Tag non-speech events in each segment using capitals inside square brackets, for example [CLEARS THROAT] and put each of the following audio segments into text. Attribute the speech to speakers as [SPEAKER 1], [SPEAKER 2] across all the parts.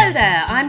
[SPEAKER 1] I'm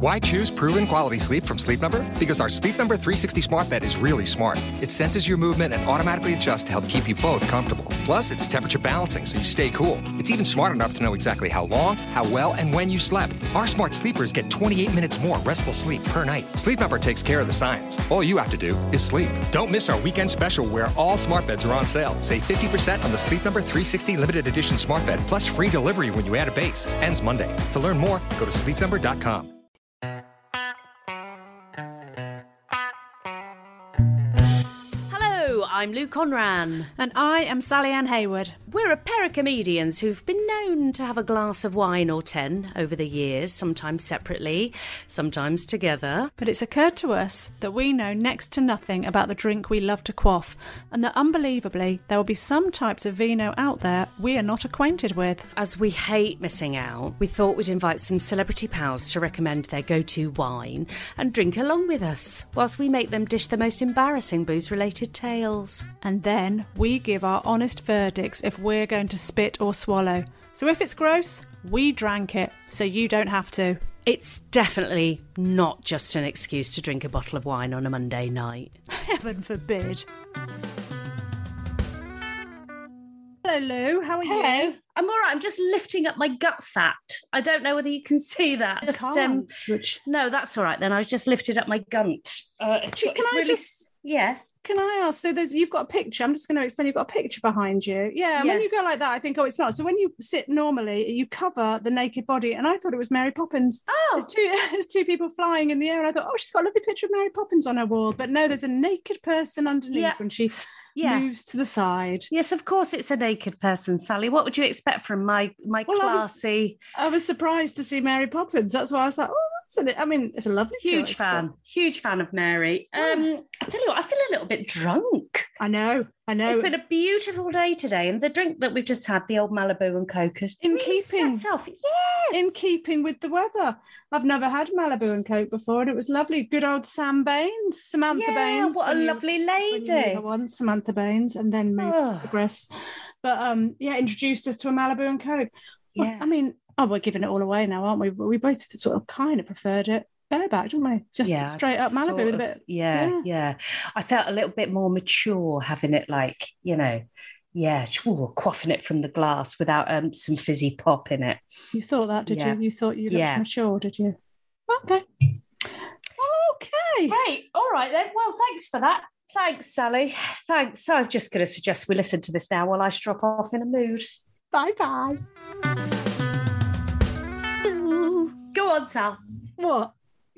[SPEAKER 2] Why choose proven quality sleep from Sleep Number? Because our Sleep Number 360 smart bed is really smart. It senses your movement and automatically adjusts to help keep you both comfortable. Plus, it's temperature balancing so you stay cool. It's even smart enough to know exactly how long, how well, and when you slept. Our smart sleepers get 28 minutes more restful sleep per night. Sleep Number takes care of the science. All you have to do is sleep. Don't miss our weekend special where all smart beds are on sale. Save 50% on the Sleep Number 360 limited edition smart bed plus free delivery when you add a base. Ends Monday. To learn more, go to sleepnumber.com.
[SPEAKER 1] Hello, I'm Lou Conran.
[SPEAKER 3] And I am Sally Ann Hayward.
[SPEAKER 1] We're a pair of comedians who've been known to have a glass of wine or 10 over the years, sometimes separately, sometimes together.
[SPEAKER 3] But it's occurred to us that we know next to nothing about the drink we love to quaff, and that unbelievably, there will be some types of vino out there we are not acquainted with.
[SPEAKER 1] As we hate missing out, we thought we'd invite some celebrity pals to recommend their go to wine and drink along with us, whilst we make them dish the most embarrassing booze related tales.
[SPEAKER 3] And then we give our honest verdicts if we're going to spit or swallow. So if it's gross, we drank it, so you don't have to. [LAUGHS]
[SPEAKER 1] It's definitely not just an excuse to drink a bottle of wine on a Monday night.
[SPEAKER 3] Heaven forbid. Hello, Lou. How are you?
[SPEAKER 1] I'm all right. I'm just lifting up my gut fat. I don't know whether you can see that. Just, um,
[SPEAKER 3] Can't switch.
[SPEAKER 1] no, that's all right then. I just lifted up my gunt. Uh, it's,
[SPEAKER 3] Can
[SPEAKER 1] got- it's
[SPEAKER 3] I
[SPEAKER 1] really,
[SPEAKER 3] just-
[SPEAKER 1] yeah.
[SPEAKER 3] Can I ask? So there's you've got a picture. I'm just going to explain. You've got a picture behind you. Yeah. And When you go
[SPEAKER 1] Yes.
[SPEAKER 3] like that, I think, oh, it's not. So when you sit normally, you cover the naked body, and I thought it was Mary Poppins.
[SPEAKER 1] Oh,
[SPEAKER 3] There's two, [LAUGHS] there's two people flying in the air, and I thought, oh, she's got a lovely picture of Mary Poppins on her wall. But no, there's a naked person underneath
[SPEAKER 1] Yeah.
[SPEAKER 3] when she
[SPEAKER 1] yeah.
[SPEAKER 3] moves to the side.
[SPEAKER 1] Yes, of course, it's a naked person, Sally. What would you expect from my my
[SPEAKER 3] Well, I was-
[SPEAKER 1] classy,
[SPEAKER 3] I was surprised to see Mary Poppins. That's why I was like, oh, that's an, I mean, it's Oh. a lovely
[SPEAKER 1] huge
[SPEAKER 3] choice, but-
[SPEAKER 1] fan, huge fan of Mary? Um, I tell you what, I feel a little bit drunk.
[SPEAKER 3] I know, I know.
[SPEAKER 1] It's been a beautiful day today, and the drink that we've just had, the old Malibu and Coke, has
[SPEAKER 3] In
[SPEAKER 1] really
[SPEAKER 3] keeping.
[SPEAKER 1] set off. Yes,
[SPEAKER 3] in keeping with the weather. I've never had Malibu and Coke before, and it was lovely. Good old Sam Baines, Samantha
[SPEAKER 1] yeah,
[SPEAKER 3] Baines.
[SPEAKER 1] What a
[SPEAKER 3] when you-
[SPEAKER 1] lovely
[SPEAKER 3] when you knew
[SPEAKER 1] lady.
[SPEAKER 3] her once, Samantha Baines, and then moved
[SPEAKER 1] Oh,
[SPEAKER 3] progress. But um, yeah, introduced us to a Malibu and Coke. Well,
[SPEAKER 1] yeah.
[SPEAKER 3] I mean, oh, we're giving it all away now, aren't we? But We both sort of kind of preferred it bareback, didn't we? Just
[SPEAKER 1] Yeah,
[SPEAKER 3] straight up Malibu
[SPEAKER 1] sort
[SPEAKER 3] with a
[SPEAKER 1] of-
[SPEAKER 3] bit.
[SPEAKER 1] Yeah, yeah,
[SPEAKER 3] yeah.
[SPEAKER 1] I felt a little bit more mature having it like, you know, yeah, choo, quaffing it from the glass without um, some fizzy pop in it.
[SPEAKER 3] You thought that, did
[SPEAKER 1] Yeah.
[SPEAKER 3] you? You thought you looked
[SPEAKER 1] Yeah.
[SPEAKER 3] mature, did you? Okay. Okay.
[SPEAKER 1] Great. All right then. Well, thanks for that. Thanks, Sally. Thanks. I was just going to suggest we listen to this now while I strop off in a mood.
[SPEAKER 3] Bye bye.
[SPEAKER 1] Go on, Sal.
[SPEAKER 3] What?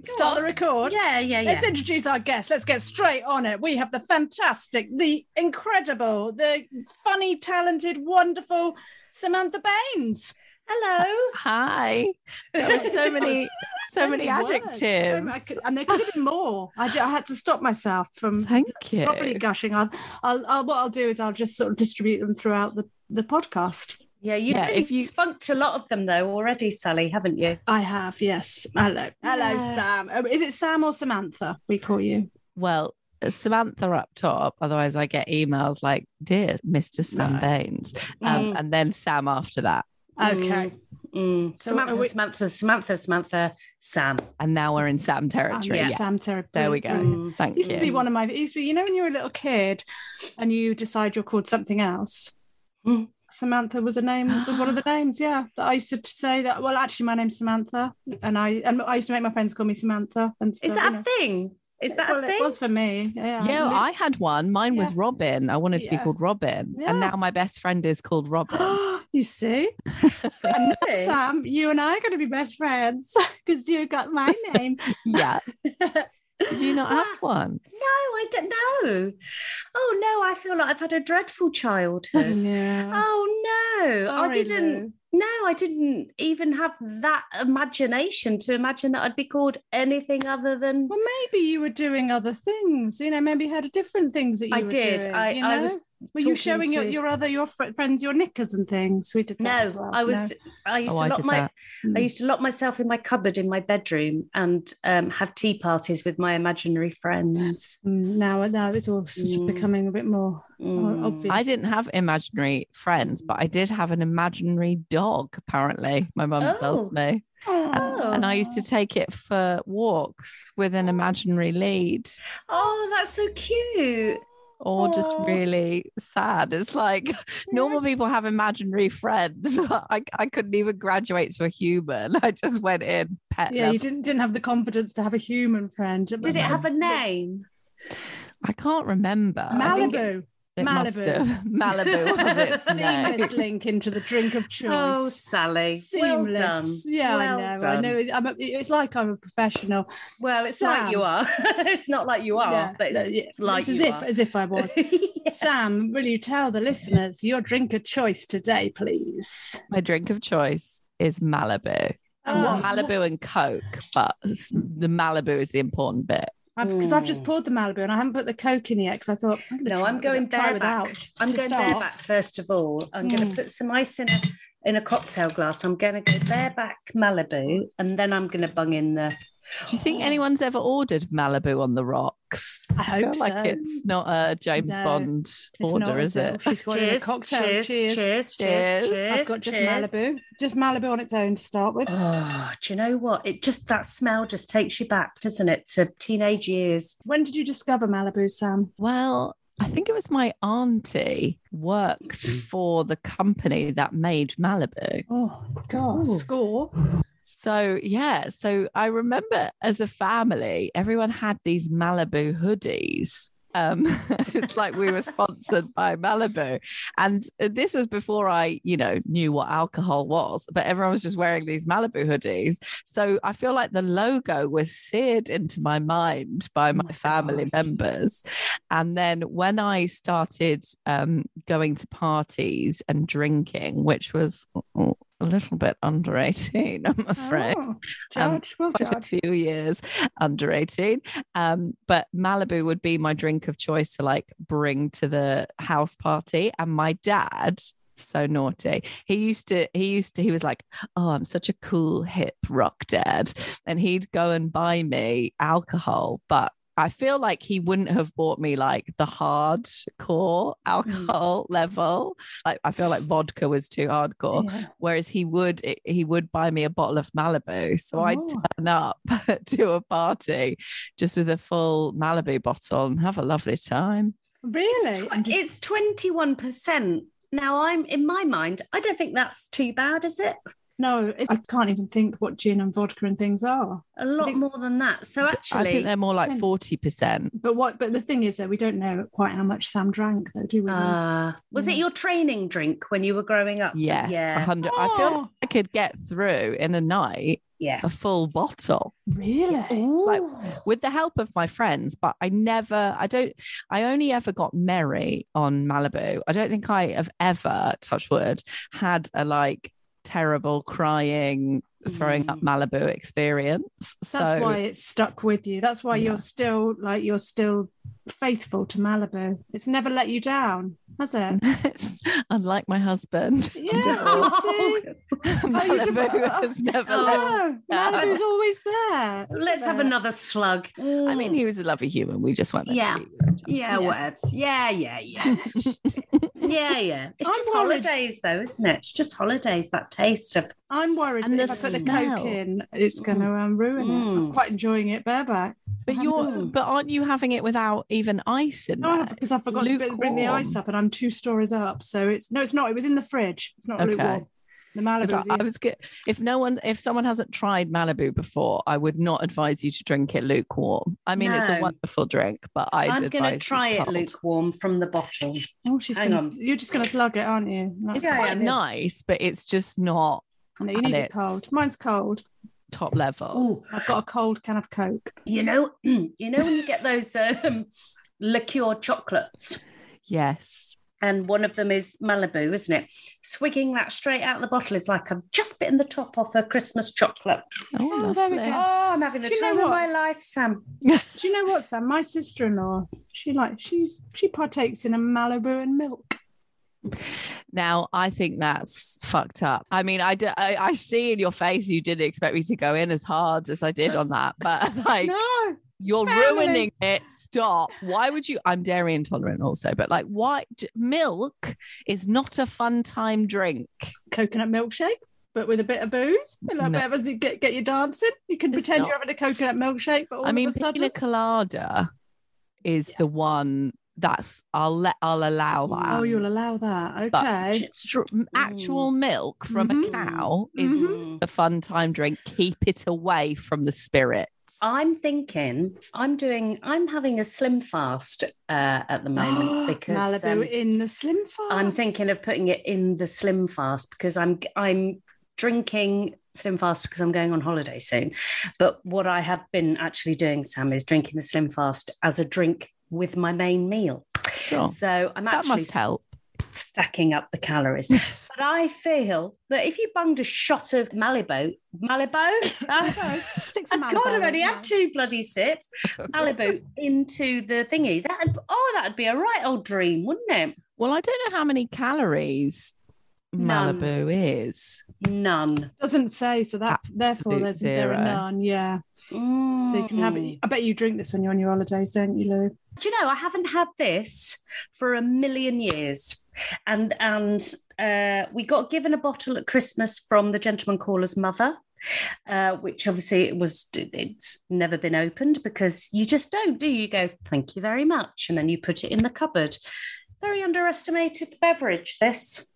[SPEAKER 3] Start the record.
[SPEAKER 1] Yeah, yeah, yeah.
[SPEAKER 3] Let's introduce our guest. Let's get straight on it. We have the fantastic, the incredible, the funny, talented, wonderful Samantha Baines.
[SPEAKER 1] [LAUGHS] Hello.
[SPEAKER 4] Hi. [LAUGHS] That was so many, so, many
[SPEAKER 3] words. So
[SPEAKER 4] adjectives.
[SPEAKER 3] ma- I could- and there could have been more. I, ju- I had to stop myself
[SPEAKER 4] [LAUGHS]
[SPEAKER 3] from
[SPEAKER 4] Thank you.
[SPEAKER 3] properly gushing. I'll, I'll, I'll, what I'll do is I'll just sort of distribute them throughout the, the podcast.
[SPEAKER 1] Yeah, you've
[SPEAKER 4] Yeah,
[SPEAKER 1] really
[SPEAKER 4] if you-
[SPEAKER 1] spunked a lot of them though already, Sally, haven't you?
[SPEAKER 3] I have, yes. Hello, hello,
[SPEAKER 1] Yeah.
[SPEAKER 3] Sam. Oh, Is it Sam or Samantha? We call you.
[SPEAKER 4] Well, Samantha up top. Otherwise, I get emails like, "Dear Mr. Sam
[SPEAKER 3] No.
[SPEAKER 4] Baines,"
[SPEAKER 3] Mm-hmm.
[SPEAKER 4] um, and then Sam after that.
[SPEAKER 3] Okay.
[SPEAKER 1] Mm.
[SPEAKER 3] So
[SPEAKER 1] Samantha,
[SPEAKER 3] are we-
[SPEAKER 1] Samantha, Samantha, Samantha, Sam.
[SPEAKER 4] And now we're in Sam
[SPEAKER 3] Um,
[SPEAKER 4] territory.
[SPEAKER 1] yeah.
[SPEAKER 4] Yeah.
[SPEAKER 3] Sam Terry.
[SPEAKER 4] There we go.
[SPEAKER 1] Mm.
[SPEAKER 4] Thank
[SPEAKER 3] Used
[SPEAKER 4] you.
[SPEAKER 3] to be one of my. It used to be, you know, when you're a little kid, and you decide you're called something else.
[SPEAKER 1] Hmm.
[SPEAKER 3] Samantha was a name. Was
[SPEAKER 1] [GASPS]
[SPEAKER 3] one of the names. Yeah, that I used to say that. Well, actually, my name's Samantha, and I and I used to make my friends call me Samantha. And
[SPEAKER 1] Is
[SPEAKER 3] stuff,
[SPEAKER 1] that
[SPEAKER 3] you
[SPEAKER 1] a
[SPEAKER 3] know.
[SPEAKER 1] thing? Is that
[SPEAKER 3] well,
[SPEAKER 1] a
[SPEAKER 3] It
[SPEAKER 1] thing?
[SPEAKER 3] was for me. Yeah.
[SPEAKER 4] yeah, well, I had one. Mine was
[SPEAKER 3] um, Yeah.
[SPEAKER 4] Robin. I wanted to
[SPEAKER 3] Yeah.
[SPEAKER 4] be called Robin,
[SPEAKER 3] Yeah. [GASPS]
[SPEAKER 4] and now my best friend is called Robin.
[SPEAKER 3] I. You see? and now, Sam, you and I are going to be best friends [LAUGHS] because you got
[SPEAKER 1] [LAUGHS]
[SPEAKER 3] my name.
[SPEAKER 4] yeah.
[SPEAKER 1] no,
[SPEAKER 4] Did you not have one?
[SPEAKER 1] I don't know. Oh no, I feel like I've had a dreadful childhood.
[SPEAKER 3] [LAUGHS] Yeah.
[SPEAKER 1] Oh no, I didn't. No, I didn't even have that imagination to imagine that I'd be called anything other than
[SPEAKER 3] Well, maybe you were doing other things. You know, maybe you had different things that you
[SPEAKER 1] I
[SPEAKER 3] were
[SPEAKER 1] did.
[SPEAKER 3] doing,
[SPEAKER 1] I,
[SPEAKER 3] you
[SPEAKER 1] I
[SPEAKER 3] know?
[SPEAKER 1] was.
[SPEAKER 3] Were you
[SPEAKER 1] talking
[SPEAKER 3] showing your,
[SPEAKER 1] to-
[SPEAKER 3] your other your fr- friends your knickers and things? We did that
[SPEAKER 1] No,
[SPEAKER 3] as well.
[SPEAKER 1] I was. I used
[SPEAKER 4] Oh,
[SPEAKER 1] to
[SPEAKER 4] I
[SPEAKER 1] lock
[SPEAKER 4] did
[SPEAKER 1] my.
[SPEAKER 4] that.
[SPEAKER 3] Hmm.
[SPEAKER 1] I used to lock myself in my cupboard in my bedroom and um, have tea parties with my imaginary friends.
[SPEAKER 3] No. Mm, Now, now it's all sort of
[SPEAKER 1] Mm.
[SPEAKER 3] becoming a bit more.
[SPEAKER 1] Mm.
[SPEAKER 3] Oh, obvious.
[SPEAKER 4] I didn't have imaginary friends, but I did have an imaginary dog, apparently, my mum
[SPEAKER 1] Oh.
[SPEAKER 4] tells me.
[SPEAKER 1] Oh.
[SPEAKER 4] And I used to take it for walks with an imaginary lead
[SPEAKER 1] Oh, that's so cute.
[SPEAKER 4] or just
[SPEAKER 1] Aw.
[SPEAKER 4] really sad. It's like normal people have imaginary friends. [LAUGHS] but I, I couldn't even graduate to a human. [LAUGHS] I just went in pet
[SPEAKER 3] Yeah,
[SPEAKER 4] level.
[SPEAKER 3] you didn't didn't have the confidence to have a human friend.
[SPEAKER 1] Did it have a name?
[SPEAKER 4] I can't remember. I think
[SPEAKER 3] Malibu?
[SPEAKER 4] It must
[SPEAKER 3] Malibu.
[SPEAKER 4] have. [LAUGHS]
[SPEAKER 1] [LAUGHS]
[SPEAKER 4] Malibu
[SPEAKER 3] [LAUGHS]
[SPEAKER 4] was its name.
[SPEAKER 3] Seamless link into the drink of choice.
[SPEAKER 1] Oh, Sally. Well
[SPEAKER 3] Seamless.
[SPEAKER 1] done.
[SPEAKER 3] Yeah,
[SPEAKER 1] well
[SPEAKER 3] I know. I
[SPEAKER 1] done.
[SPEAKER 3] know. It's, I'm a, it's like I'm a professional.
[SPEAKER 1] Well, it's like you
[SPEAKER 3] Sam.
[SPEAKER 1] are. [LAUGHS] it's not like you are,
[SPEAKER 3] Yeah,
[SPEAKER 1] but it's
[SPEAKER 3] yeah,
[SPEAKER 1] like
[SPEAKER 3] it's as
[SPEAKER 1] you
[SPEAKER 3] if
[SPEAKER 1] are.
[SPEAKER 3] as if I
[SPEAKER 4] [LAUGHS]
[SPEAKER 3] was.
[SPEAKER 1] [LAUGHS] Yeah.
[SPEAKER 3] Sam, will you tell the listeners your drink of choice today, please?
[SPEAKER 4] [LAUGHS] My drink of choice is Malibu.
[SPEAKER 3] Oh,
[SPEAKER 4] Malibu and Coke, but s- the Malibu is the important bit.
[SPEAKER 3] because I've just
[SPEAKER 1] Mm.
[SPEAKER 3] poured the Malibu and I haven't put the Coke in yet because I thought I'm gonna
[SPEAKER 1] No,
[SPEAKER 3] try
[SPEAKER 1] I'm
[SPEAKER 3] with-
[SPEAKER 1] going
[SPEAKER 3] try
[SPEAKER 1] bareback.
[SPEAKER 3] without
[SPEAKER 1] I'm
[SPEAKER 3] to
[SPEAKER 1] going
[SPEAKER 3] start.
[SPEAKER 1] bareback first of all. I'm going
[SPEAKER 3] Mm.
[SPEAKER 1] to put some ice in a in a cocktail glass. I'm going to go bareback Malibu, and then I'm going to bung in the.
[SPEAKER 4] Do you think anyone's ever ordered Malibu on the rocks?
[SPEAKER 3] Oh. I
[SPEAKER 4] I feel
[SPEAKER 3] hope
[SPEAKER 4] like
[SPEAKER 3] so.
[SPEAKER 4] it's not a James
[SPEAKER 3] No,
[SPEAKER 4] Bond
[SPEAKER 3] It's
[SPEAKER 4] order,
[SPEAKER 3] not,
[SPEAKER 4] is it?
[SPEAKER 3] She's got in a
[SPEAKER 1] Cheers,
[SPEAKER 3] cocktail.
[SPEAKER 1] cheers, cheers, cheers,
[SPEAKER 4] Cheers.
[SPEAKER 1] cheers,
[SPEAKER 3] I've got just
[SPEAKER 1] cheers.
[SPEAKER 3] Malibu, just Malibu on its own to start with.
[SPEAKER 1] Oh, do you know what? It just that smell just takes you back, doesn't it, to teenage years?
[SPEAKER 3] When did you discover Malibu, Sam?
[SPEAKER 4] Well, I think it was my auntie worked for the company that made
[SPEAKER 3] Mm.
[SPEAKER 4] Malibu.
[SPEAKER 3] Oh God,
[SPEAKER 1] Ooh.
[SPEAKER 3] score.
[SPEAKER 4] So, yeah, so I remember as a family, everyone had these Malibu hoodies. Um, [LAUGHS] it's like we were sponsored by Malibu. And this was before I, you know, knew what alcohol was, but everyone was just wearing these Malibu hoodies. So I feel like the logo was seared into my mind by my
[SPEAKER 3] Oh my
[SPEAKER 4] family
[SPEAKER 3] gosh.
[SPEAKER 4] members. And then when I started um, going to parties and drinking, which was a little bit under 18, I'm afraid
[SPEAKER 3] Oh, judge, we'll
[SPEAKER 4] Um, quite a
[SPEAKER 3] judge.
[SPEAKER 4] few years under 18 um but malibu would be my drink of choice to like bring to the house party and my dad so naughty he used to he used to he was like oh i'm such a cool hip rock dad and he'd go and buy me alcohol but I feel like he wouldn't have bought me like the hardcore alcohol level. Like I feel like vodka was too hardcore
[SPEAKER 3] Yeah.
[SPEAKER 4] whereas he would he would buy me a bottle of Malibu. So I'd
[SPEAKER 3] Oh.
[SPEAKER 4] turn up [LAUGHS] to a party just with a full Malibu bottle and have a lovely time.
[SPEAKER 1] It's
[SPEAKER 3] Really?
[SPEAKER 1] tw- It's twenty one percent. Now I'm in my mind. I don't think that's too bad, is it?
[SPEAKER 3] No, it's, I can't even think what gin and vodka and things are.
[SPEAKER 1] A lot
[SPEAKER 3] think-
[SPEAKER 1] more than that. So
[SPEAKER 4] I think
[SPEAKER 1] actually,
[SPEAKER 4] they're more like
[SPEAKER 3] Hmm.
[SPEAKER 4] forty percent.
[SPEAKER 3] But what? But the thing is that we don't know quite how much Sam drank, though, do we?
[SPEAKER 1] uh, was it
[SPEAKER 3] Mm.
[SPEAKER 1] your training drink when you were growing up?
[SPEAKER 4] Yes, Uh-huh. a
[SPEAKER 1] yeah, Oh.
[SPEAKER 4] hundred. I feel
[SPEAKER 3] Oh,
[SPEAKER 4] like I could get through in a night
[SPEAKER 1] yeah. [LAUGHS]
[SPEAKER 4] a full bottle
[SPEAKER 3] really?
[SPEAKER 4] like- with the help of my friends, but I never, I don't, I only ever got merry on Malibu. I don't think I have ever, touch wood, had a like terrible crying, throwing up Malibu experience.
[SPEAKER 3] Mm. That's
[SPEAKER 4] so [LAUGHS]
[SPEAKER 3] why it's stuck with you. That's why
[SPEAKER 4] Yeah.
[SPEAKER 3] you're still like you're still faithful to Malibu. It's never let you down, has it?
[SPEAKER 4] unlike my husband,
[SPEAKER 3] [LAUGHS] Yeah.
[SPEAKER 4] [LAUGHS] Wonderful.
[SPEAKER 3] you see? you did-
[SPEAKER 4] Malibu has never
[SPEAKER 1] Oh.
[SPEAKER 4] let me
[SPEAKER 3] No,
[SPEAKER 4] down.
[SPEAKER 3] Malibu's always there.
[SPEAKER 1] Let's have
[SPEAKER 3] another.
[SPEAKER 1] another slug.
[SPEAKER 3] "Oh."
[SPEAKER 4] [LAUGHS] I mean, he was a lovely human. We just weren't. meant to
[SPEAKER 1] Yeah.
[SPEAKER 4] be with each other.
[SPEAKER 1] yeah, whatevs. Yeah, yeah, yeah. yeah, yeah. It's
[SPEAKER 3] I'm
[SPEAKER 1] just
[SPEAKER 3] worried.
[SPEAKER 1] holidays, though, isn't it? It's just holidays, that taste of.
[SPEAKER 3] I'm worried
[SPEAKER 4] And
[SPEAKER 3] that
[SPEAKER 4] the
[SPEAKER 3] if I put the
[SPEAKER 4] smell.
[SPEAKER 3] coke in, it's going to um, ruin it. I'm
[SPEAKER 1] Mm.
[SPEAKER 3] quite enjoying it bareback.
[SPEAKER 4] [LAUGHS]
[SPEAKER 3] [LAUGHS]
[SPEAKER 4] But
[SPEAKER 3] I'm
[SPEAKER 4] you're,
[SPEAKER 3] just-
[SPEAKER 4] but aren't you having it without even ice in
[SPEAKER 3] No,
[SPEAKER 4] there?
[SPEAKER 3] because I forgot to bit- bring the ice
[SPEAKER 4] lukewarm.
[SPEAKER 3] up, and I'm two stories up. So it's no, it's not. It was in the fridge. It's not
[SPEAKER 4] Okay.
[SPEAKER 3] lukewarm. The
[SPEAKER 4] It's
[SPEAKER 3] Malibu.
[SPEAKER 4] like, I was good. If no one, if someone hasn't tried Malibu before, I would not advise you to drink it lukewarm. I mean, it's a
[SPEAKER 1] No.
[SPEAKER 4] wonderful drink, but I'd
[SPEAKER 1] I'm
[SPEAKER 4] going to
[SPEAKER 1] try it lukewarm from the bottle.
[SPEAKER 3] oh, she's
[SPEAKER 1] hang
[SPEAKER 3] gonna,
[SPEAKER 1] on.
[SPEAKER 3] You're just going to plug it, aren't you? That's
[SPEAKER 4] It's
[SPEAKER 1] Yeah,
[SPEAKER 4] quite
[SPEAKER 1] yeah.
[SPEAKER 4] nice, but it's just not
[SPEAKER 3] No, you need
[SPEAKER 4] and
[SPEAKER 3] it
[SPEAKER 4] it's-
[SPEAKER 3] cold. Mine's cold.
[SPEAKER 4] top level.
[SPEAKER 1] Oh,
[SPEAKER 3] I've got a cold can of Coke.
[SPEAKER 1] you know, [CLEARS THROAT] you know when you get those um, liqueur chocolates,
[SPEAKER 4] Yes.
[SPEAKER 1] and one of them is Malibu, isn't it? Swigging that straight out of the bottle is like I've just bitten the top off a Christmas chocolate.
[SPEAKER 4] Oh,
[SPEAKER 3] Oh, there we
[SPEAKER 4] lovely.
[SPEAKER 1] Oh,
[SPEAKER 3] go.
[SPEAKER 1] I'm having the
[SPEAKER 3] Do you know
[SPEAKER 1] time of
[SPEAKER 3] what?
[SPEAKER 1] my life, Sam.
[SPEAKER 3] Do you know what, Sam? My sister-in-law, she like she's she partakes in a Malibu and milk.
[SPEAKER 4] Now, I think that's fucked up. I mean, I, d- I, I see in your face you didn't expect me to go in as hard as I did on that, but [LAUGHS] like,
[SPEAKER 3] no,
[SPEAKER 4] you're
[SPEAKER 3] Family.
[SPEAKER 4] ruining it. Stop. Why would you? I'm dairy intolerant also, but like, why? d- Milk is not a fun time drink.
[SPEAKER 3] coconut milkshake, but with a bit of booze. And a
[SPEAKER 4] No.
[SPEAKER 3] bit of- as you get get you dancing, you can
[SPEAKER 4] It's
[SPEAKER 3] pretend
[SPEAKER 4] not.
[SPEAKER 3] you're having a coconut milkshake, but all
[SPEAKER 4] I mean,
[SPEAKER 3] of a sudden,
[SPEAKER 4] pina colada is the one that's I'll let I'll allow that.
[SPEAKER 3] oh, you'll allow that.
[SPEAKER 4] um, but
[SPEAKER 3] Okay,
[SPEAKER 4] Str- actual milk from
[SPEAKER 3] Mhm.
[SPEAKER 4] a cow is
[SPEAKER 3] Mhm.
[SPEAKER 1] Mm-hmm.
[SPEAKER 4] a fun time drink. Keep it away from the spirit.
[SPEAKER 1] I'm thinking I'm doing I'm having a slim fast uh, at
[SPEAKER 3] [GASPS]
[SPEAKER 1] the [GASPS] moment because
[SPEAKER 3] Malibu
[SPEAKER 1] um,
[SPEAKER 3] in the slim fast.
[SPEAKER 1] I'm thinking
[SPEAKER 3] [LAUGHS]
[SPEAKER 1] of putting it in the slim fast because I'm I'm drinking slim fast because I'm going on holiday soon. But what I have been actually doing, Sam, is drinking the slim fast as a drink with my main meal.
[SPEAKER 4] Sure.
[SPEAKER 1] So I'm
[SPEAKER 4] Oh, That
[SPEAKER 1] actually
[SPEAKER 4] must help.
[SPEAKER 1] stacking up the calories. but I feel that if you bunged a shot of Malibu, Malibu,
[SPEAKER 3] [LAUGHS]
[SPEAKER 1] that's
[SPEAKER 3] Sorry, six
[SPEAKER 4] [LAUGHS]
[SPEAKER 1] I've
[SPEAKER 3] Malibu
[SPEAKER 1] God, I've only
[SPEAKER 3] now.
[SPEAKER 1] had two bloody sips. Malibu into the thingy. That oh, that'd be a right old dream, wouldn't it?
[SPEAKER 4] Well, I don't know how many calories
[SPEAKER 1] None.
[SPEAKER 4] Malibu is.
[SPEAKER 1] None.
[SPEAKER 3] Doesn't say so that therefore
[SPEAKER 4] Absolute
[SPEAKER 3] there's there are
[SPEAKER 4] zero. Mm-hmm.
[SPEAKER 3] none. Yeah, so you can have it.
[SPEAKER 1] Mm.
[SPEAKER 3] I bet you drink this when you're on your holidays, don't you, Lou?
[SPEAKER 1] Do you know I haven't had this for a million years, and and uh, we got given a bottle at Christmas from the gentleman caller's mother. Uh, which obviously it was it's never been opened because you just don't do you? you go thank you very much and then you put it in the cupboard very underestimated beverage this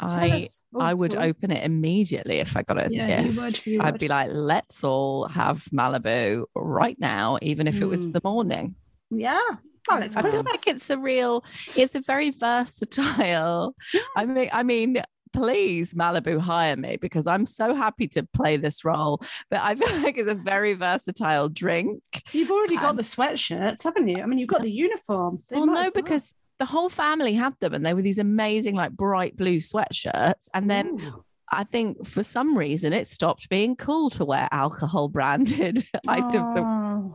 [SPEAKER 1] Tell
[SPEAKER 4] I
[SPEAKER 1] us.
[SPEAKER 4] I would
[SPEAKER 3] Oh,
[SPEAKER 4] open it immediately if I got it as
[SPEAKER 3] Yeah,
[SPEAKER 4] a gift.
[SPEAKER 3] you would. You
[SPEAKER 4] I'd
[SPEAKER 3] would.
[SPEAKER 4] be like, let's all have Malibu right now, even if it was
[SPEAKER 1] Mm.
[SPEAKER 4] the morning.
[SPEAKER 3] Yeah. Oh, Well, it's
[SPEAKER 4] I feel
[SPEAKER 3] Christmas.
[SPEAKER 4] like it's a real, it's a very versatile. [LAUGHS] I mean, I mean, please Malibu hire me because I'm so happy to play this role. But I feel [LAUGHS] like it's a very versatile drink.
[SPEAKER 3] You've already got
[SPEAKER 4] Um,
[SPEAKER 3] the sweatshirts, haven't you? I mean, you've got the uniform. They
[SPEAKER 4] well,
[SPEAKER 3] might
[SPEAKER 4] no,
[SPEAKER 3] as well.
[SPEAKER 4] because the whole family had them and they were these amazing, like bright blue sweatshirts. And then
[SPEAKER 1] Ooh.
[SPEAKER 4] I think for some reason it stopped being cool to wear alcohol branded [LAUGHS] items. of-
[SPEAKER 3] Oh,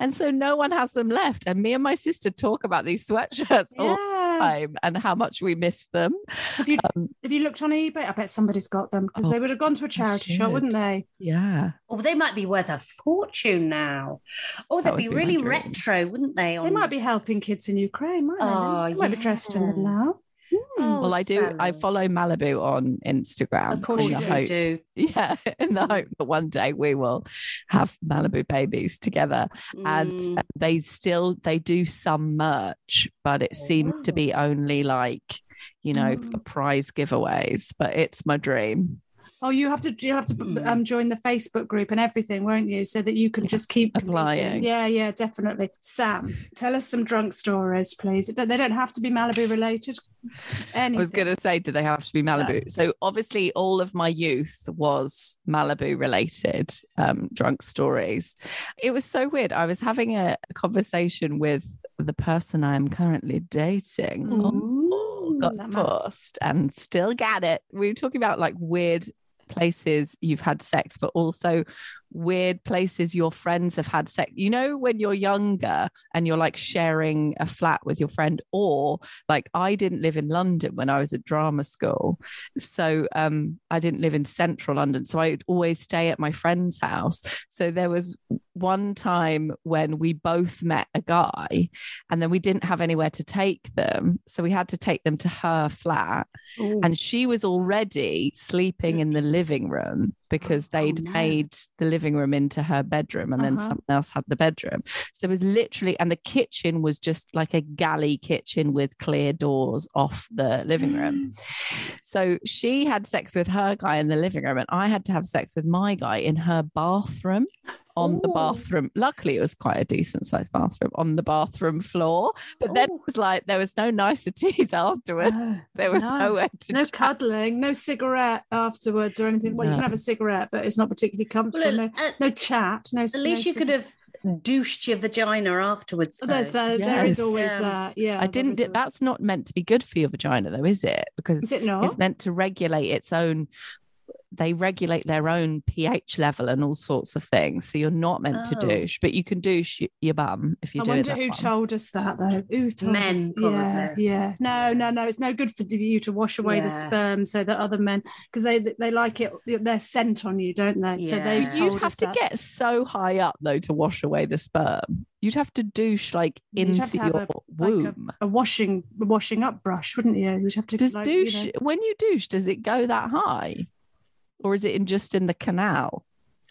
[SPEAKER 4] And so no one has them left. And me and my sister talk about these sweatshirts all the
[SPEAKER 3] yeah.
[SPEAKER 4] time and how much we miss them.
[SPEAKER 3] Have you,
[SPEAKER 4] Um,
[SPEAKER 3] have you looked on eBay? I bet somebody's got them because
[SPEAKER 4] Oh,
[SPEAKER 3] they would have gone to a charity shop,
[SPEAKER 4] should.
[SPEAKER 3] wouldn't they?
[SPEAKER 4] yeah.
[SPEAKER 1] Oh, they might be worth a fortune now. Oh,
[SPEAKER 4] That
[SPEAKER 1] they'd
[SPEAKER 4] would
[SPEAKER 1] be,
[SPEAKER 4] be my
[SPEAKER 1] really
[SPEAKER 4] dream.
[SPEAKER 1] retro, wouldn't they?
[SPEAKER 3] They
[SPEAKER 1] on-
[SPEAKER 3] might be helping kids in Ukraine, might
[SPEAKER 1] Oh,
[SPEAKER 3] they? They might be dressed in them
[SPEAKER 1] yeah.
[SPEAKER 3] now.
[SPEAKER 1] Oh,
[SPEAKER 4] well, I do. I
[SPEAKER 1] Sally.
[SPEAKER 4] follow Malibu on Instagram.
[SPEAKER 3] Of course
[SPEAKER 4] in
[SPEAKER 1] you
[SPEAKER 4] the
[SPEAKER 3] you
[SPEAKER 4] hope,
[SPEAKER 1] do.
[SPEAKER 4] [LAUGHS] Yeah. In the hope that one day we will have Malibu babies together.
[SPEAKER 1] Mm.
[SPEAKER 4] and uh, they still they do some merch but it
[SPEAKER 1] Oh,
[SPEAKER 4] seems to be only like you know for
[SPEAKER 3] Mm.
[SPEAKER 4] prize giveaways but it's my dream
[SPEAKER 3] Oh, you have to you have to
[SPEAKER 1] Mm.
[SPEAKER 4] Hmm.
[SPEAKER 3] um, join the Facebook group and everything, won't you? So that you can just keep competing.
[SPEAKER 4] Applying.
[SPEAKER 3] Yeah, yeah, definitely. Sam, tell us some drunk stories, please. It don't- They don't have to be Malibu related. Anything.
[SPEAKER 4] i was going to say do they have to be malibu so obviously all of my youth was malibu related um, drunk stories it was so weird i was having a conversation with the person i am currently dating Oh,
[SPEAKER 3] Ooh,
[SPEAKER 4] got
[SPEAKER 3] that man.
[SPEAKER 4] divorced and still got it. We were talking about like weird places you've had sex, but also weird places your friends have had sex. You know, when you're younger and you're like sharing a flat with your friend, or like I didn't live in London when I was at drama school. So um, I didn't live in central London. So I'd always stay at my friend's house. So there was one time when we both met a guy and then we didn't have anywhere to take them. So we had to take them to her flat
[SPEAKER 3] Ooh.
[SPEAKER 5] Mm.
[SPEAKER 4] and she was already sleeping in the living room because they'd
[SPEAKER 5] no.
[SPEAKER 4] made the living room into her bedroom and then
[SPEAKER 5] Oh, Uh-huh.
[SPEAKER 4] someone else had the bedroom. So there was literally, and the kitchen was just like a galley kitchen with clear doors off the living room.
[SPEAKER 5] Mm.
[SPEAKER 4] So she had sex with her guy in the living room, and I had to have sex with my guy in her bathroom on the
[SPEAKER 5] Ooh.
[SPEAKER 4] bathroom. Luckily, it was quite a decent sized bathroom on the bathroom floor. But then it was like there was no niceties [LAUGHS] afterwards.
[SPEAKER 3] Oh,
[SPEAKER 5] No,
[SPEAKER 4] There was
[SPEAKER 5] Uh, no.
[SPEAKER 4] nowhere
[SPEAKER 3] [LAUGHS]
[SPEAKER 4] to
[SPEAKER 3] No
[SPEAKER 4] chat.
[SPEAKER 3] cuddling, no cigarette afterwards or anything. Well, you
[SPEAKER 4] No.
[SPEAKER 3] can have a cigarette, but it's not particularly comfortable.
[SPEAKER 1] Well,
[SPEAKER 3] No,
[SPEAKER 1] at, at
[SPEAKER 3] no chat. No. no
[SPEAKER 1] least you could
[SPEAKER 3] cigarette.
[SPEAKER 1] have douched your vagina afterwards.
[SPEAKER 3] Oh, there's
[SPEAKER 1] though.
[SPEAKER 3] the, there is
[SPEAKER 4] Yes.
[SPEAKER 3] always
[SPEAKER 1] Yeah.
[SPEAKER 3] that. Yeah.
[SPEAKER 4] I didn't.
[SPEAKER 3] do
[SPEAKER 4] Do, that's not meant to be good for your vagina, though, is it? Because
[SPEAKER 3] Is it not?
[SPEAKER 4] it's meant to regulate its own they regulate their own ph level and all sorts of things so you're not meant to
[SPEAKER 1] Oh.
[SPEAKER 4] douche but you can douche y- your bum if you
[SPEAKER 3] I
[SPEAKER 4] do
[SPEAKER 3] wonder
[SPEAKER 4] that
[SPEAKER 3] who
[SPEAKER 4] one.
[SPEAKER 3] told us that though. Who told
[SPEAKER 1] Men,
[SPEAKER 3] us? Yeah,
[SPEAKER 1] probably.
[SPEAKER 3] yeah. No, no, no. It's no good for you to wash away the
[SPEAKER 1] Yeah.
[SPEAKER 3] sperm so that other men, because they they like it. They're sent on you, don't they? So they
[SPEAKER 1] Yeah.
[SPEAKER 4] But you'd have to get so high up though to wash away the sperm you'd have to douche like
[SPEAKER 3] You'd have
[SPEAKER 4] into
[SPEAKER 3] to have
[SPEAKER 4] your
[SPEAKER 3] a- like a-
[SPEAKER 4] womb
[SPEAKER 3] a washing a washing up brush, wouldn't you? You'd have to
[SPEAKER 4] does
[SPEAKER 3] like, you know-
[SPEAKER 4] douche when you douche does it go that high or is it in just in the canal